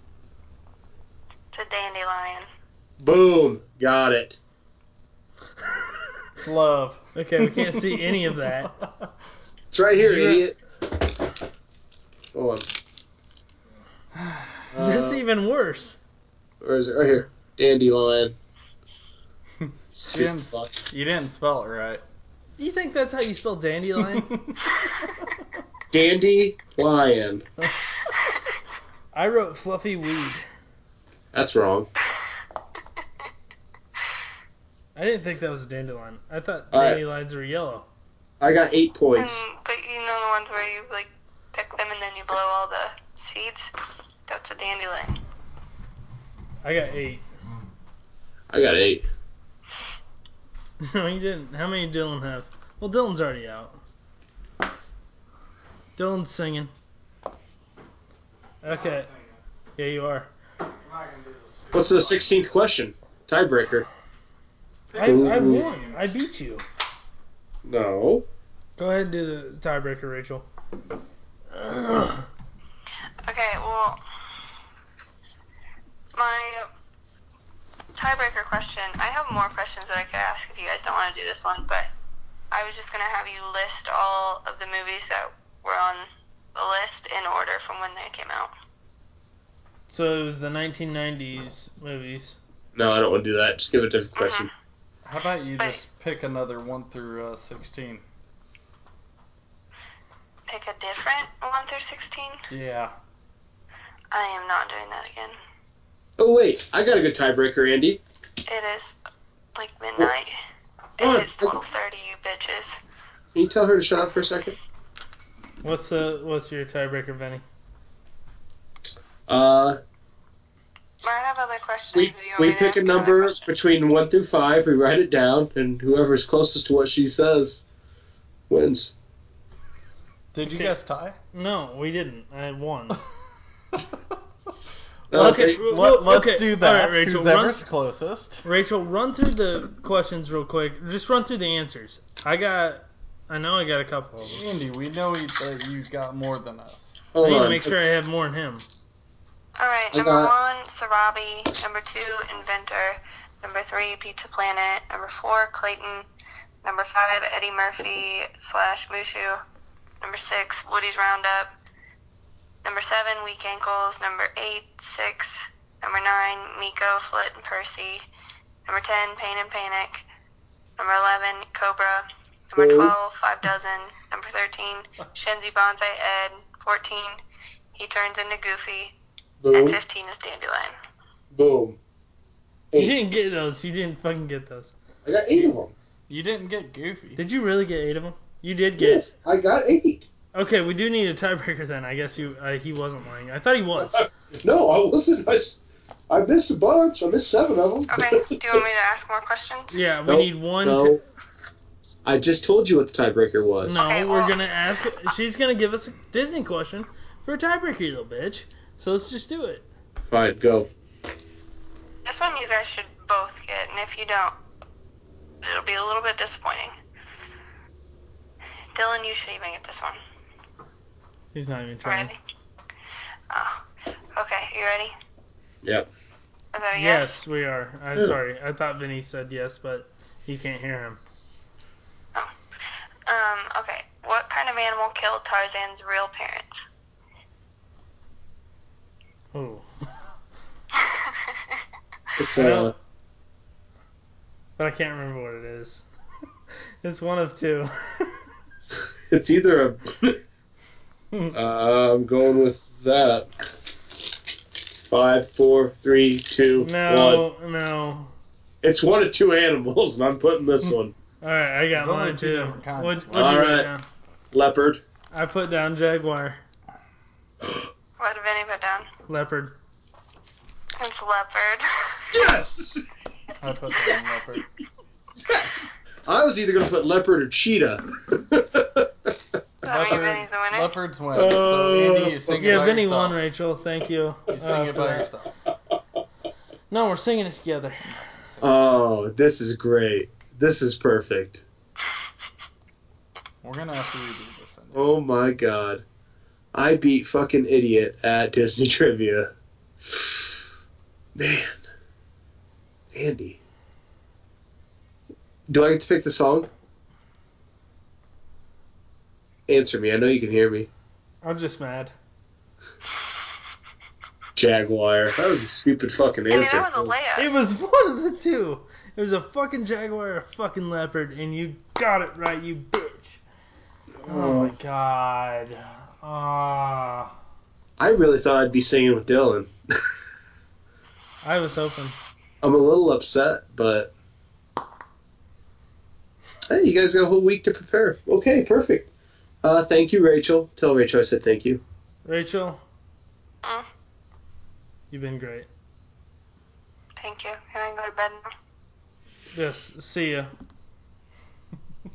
Speaker 6: It's a dandelion.
Speaker 3: Boom. Got it.
Speaker 2: Love.
Speaker 1: Okay, we can't see any of that.
Speaker 3: It's right here,
Speaker 1: You're-
Speaker 3: idiot. Hold on.
Speaker 1: That's
Speaker 3: Uh,
Speaker 1: even worse.
Speaker 3: Or is it right here? Dandelion.
Speaker 2: Jim.
Speaker 3: Fuck.
Speaker 2: You didn't spell it right.
Speaker 1: You think that's how you spell dandelion?
Speaker 3: Dandy lion.
Speaker 1: I wrote fluffy weed.
Speaker 3: That's wrong.
Speaker 1: I didn't think that was a dandelion. I thought
Speaker 3: All right.
Speaker 1: dandelions were yellow.
Speaker 3: I got eight points.
Speaker 6: Mm, but you know the ones where you like pick them and then you blow all the seeds. That's a dandelion.
Speaker 1: I got eight.
Speaker 3: I got eight.
Speaker 1: No, you didn't. How many did Dylan have? Well, Dylan's already out. Dylan's singing. Okay. Yeah, you are.
Speaker 3: What's the sixteenth question? Tiebreaker.
Speaker 1: I, I won. I beat you.
Speaker 3: No.
Speaker 1: Go ahead and do the tiebreaker, Rachel.
Speaker 6: Okay, well, my tiebreaker question. I have more questions that I could ask if you guys don't want to do this one, but I was just gonna have you list all of the movies that were on the list in order from when they came out.
Speaker 1: So it was the 1990s movies.
Speaker 3: No, I don't want to do that. Just give a different question.
Speaker 2: How about you just pick another one through uh, 16?
Speaker 6: Pick a different one through sixteen.
Speaker 2: Yeah.
Speaker 6: I am not doing that again.
Speaker 3: Oh wait, I got a good tiebreaker, Andy.
Speaker 6: It is like midnight.
Speaker 3: What?
Speaker 6: It is twelve thirty, you bitches.
Speaker 3: Can you tell her to shut up for a second?
Speaker 1: What's the what's your tiebreaker, Benny?
Speaker 3: Uh,
Speaker 6: I have other questions.
Speaker 3: we
Speaker 6: if you want
Speaker 3: we
Speaker 6: me to
Speaker 3: pick a
Speaker 6: ask another
Speaker 3: number
Speaker 6: question.
Speaker 3: between one through five. We write it down, and whoever's closest to what she says wins.
Speaker 2: Did you
Speaker 1: Okay.
Speaker 2: guys tie?
Speaker 1: No, we didn't. I won.
Speaker 3: No, that's
Speaker 1: Okay,
Speaker 3: eight.
Speaker 1: well-
Speaker 2: Let, let's
Speaker 1: okay,
Speaker 2: do that.
Speaker 1: all right, Rachel,
Speaker 2: Who's
Speaker 1: run-
Speaker 2: ever's closest?
Speaker 1: Rachel, run through the questions real quick. Just run through the answers. I got, I know I got a couple of them.
Speaker 2: Andy, we know you- that you got more than us.
Speaker 1: I
Speaker 3: Hold
Speaker 1: need to
Speaker 3: on.
Speaker 1: make sure I
Speaker 3: Let's-
Speaker 1: have more than him.
Speaker 6: All right,
Speaker 3: I
Speaker 6: number
Speaker 3: got-
Speaker 6: one, Sarabi. Number two, Inventor. Number three, Pizza Planet. Number four, Clayton. Number five, Eddie Murphy slash Mushu. Number six, Woody's Roundup. Number seven, Weak Ankles. Number eight, Six. Number nine, Miko, Flit, and Percy. Number ten, Pain and Panic. Number eleven, Cobra. Number
Speaker 3: Cool.
Speaker 6: twelve, Five Dozen. Number thirteen, Shenzi Bonsai Ed. Fourteen, He Turns into Goofy. And
Speaker 3: boom,
Speaker 6: 15 is Dandelion.
Speaker 3: boom.
Speaker 1: You
Speaker 3: Eight.
Speaker 1: didn't get those. You didn't fucking get those.
Speaker 3: I got eight of them.
Speaker 2: You didn't get goofy.
Speaker 1: Did you really get eight of them? You did get.
Speaker 3: Yes, I got eight.
Speaker 1: Okay, we do need a tiebreaker then. I guess you uh, he wasn't lying. I thought he was.
Speaker 3: No, I wasn't. I, s- I missed a bunch. I missed seven of them.
Speaker 6: Okay, do you want me to ask more questions?
Speaker 1: Yeah, we
Speaker 3: Nope,
Speaker 1: need one.
Speaker 3: No. I just told you what the tiebreaker was.
Speaker 1: No,
Speaker 6: Okay,
Speaker 1: we're
Speaker 6: well-
Speaker 1: gonna ask. She's gonna give us a Disney question for a tiebreaker, you little bitch. So let's just do it.
Speaker 3: Fine, go.
Speaker 6: This one you guys should both get, and if you don't, it'll be a little bit disappointing. Dylan, you should even get this one.
Speaker 1: He's not even trying.
Speaker 6: Ready? Oh. Okay, you ready?
Speaker 3: Yep.
Speaker 6: Is that a yes?
Speaker 1: Yes, we are. I'm sorry. I thought Vinny said yes, but you can't hear him.
Speaker 6: Oh. Um, okay. What kind of animal killed Tarzan's real parents?
Speaker 1: Oh,
Speaker 3: Uh, It's
Speaker 1: I
Speaker 3: uh,
Speaker 1: don't- but I can't remember what it is. it's one of two.
Speaker 3: it's either
Speaker 1: Hmm.
Speaker 3: a. uh, I'm going with that. Five, four, three, two, one.
Speaker 1: no, no.
Speaker 3: It's one of two animals, and I'm putting
Speaker 1: Hmm.
Speaker 3: this one.
Speaker 1: All right, I got
Speaker 2: There's only
Speaker 1: mine
Speaker 2: two
Speaker 1: too.
Speaker 2: different kinds.
Speaker 1: What, what do
Speaker 3: All
Speaker 1: you write
Speaker 3: right.
Speaker 1: down?
Speaker 3: Leopard.
Speaker 1: I put down jaguar,
Speaker 6: What did Vinny put down?
Speaker 1: leopard.
Speaker 6: It's leopard.
Speaker 3: Yes.
Speaker 2: I put that in leopard.
Speaker 3: Yes. I was either going to put leopard or cheetah.
Speaker 6: So that means
Speaker 2: Leopard-
Speaker 6: Vinny's the winner.
Speaker 2: Leopards win. so Andy, you sing it
Speaker 1: Yeah,
Speaker 2: by
Speaker 1: Vinny
Speaker 2: yourself.
Speaker 1: won, Rachel. Thank you.
Speaker 2: You sing
Speaker 1: uh,
Speaker 2: it
Speaker 1: for
Speaker 2: by
Speaker 1: that.
Speaker 2: yourself.
Speaker 1: No, we're singing it together.
Speaker 3: oh, this is great. This is perfect.
Speaker 2: We're gonna have to redo this. Andy.
Speaker 3: Oh my god. I beat fucking idiot at Disney Trivia. Man. Andy. Do I get to pick the song? Answer me. I know you can hear me.
Speaker 1: I'm just mad.
Speaker 3: Jaguar. That was a stupid fucking
Speaker 6: I mean,
Speaker 3: answer.
Speaker 6: that was a layup.
Speaker 1: It was one of the two. It was a fucking jaguar, or a fucking leopard, and you got it right, you bitch. Oh my god. Ah,
Speaker 3: I really thought I'd be singing with Dylan.
Speaker 1: I was hoping.
Speaker 3: I'm a little upset, but hey, you guys got a whole week to prepare. Okay, perfect. Uh, thank you, Rachel. Tell Rachel I said thank you.
Speaker 1: Rachel,
Speaker 6: Mm,
Speaker 1: you've been great.
Speaker 6: thank you. Can I go to bed now?
Speaker 1: Yes, see ya.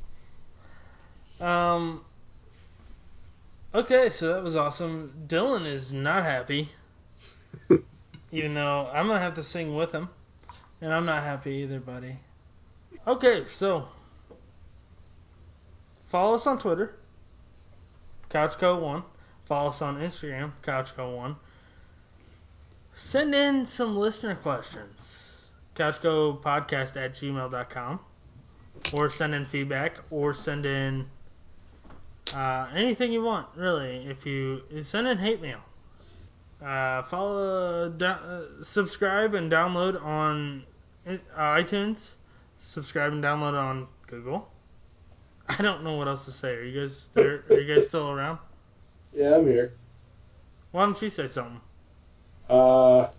Speaker 1: um. Okay, so that was awesome. Dylan is not happy, even though I'm gonna have to sing with him, and I'm not happy either, buddy. Okay, so follow us on Twitter, CouchCo1. Follow us on Instagram, CouchCo1. Send in some listener questions couchgopodcast at gmail.com or send in feedback or send in uh, anything you want really if you send in hate mail uh, follow do, uh, subscribe and download on uh, itunes subscribe and download on google i don't know what else to say are you guys there are you guys still around
Speaker 3: Yeah, I'm here.
Speaker 1: why don't you say something
Speaker 3: Uh,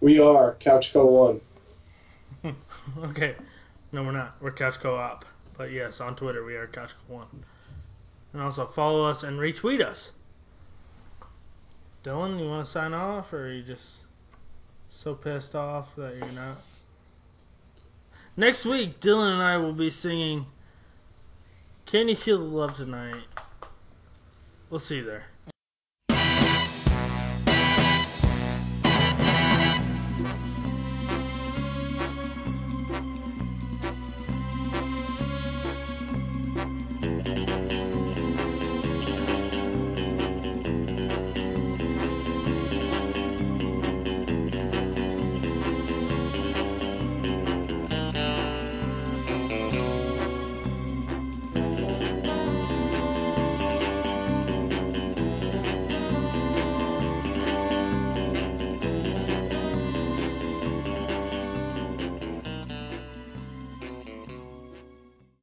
Speaker 3: we are Couch Co One.
Speaker 1: Okay. No, we're not. We're Couch Co-op. But yes, on Twitter we are Couch Co-1. And also follow us and retweet us. Dylan, you want to sign off, or are you just so pissed off that you're not? Next week, Dylan and I will be singing "Can You Feel the Love Tonight." We'll see you there.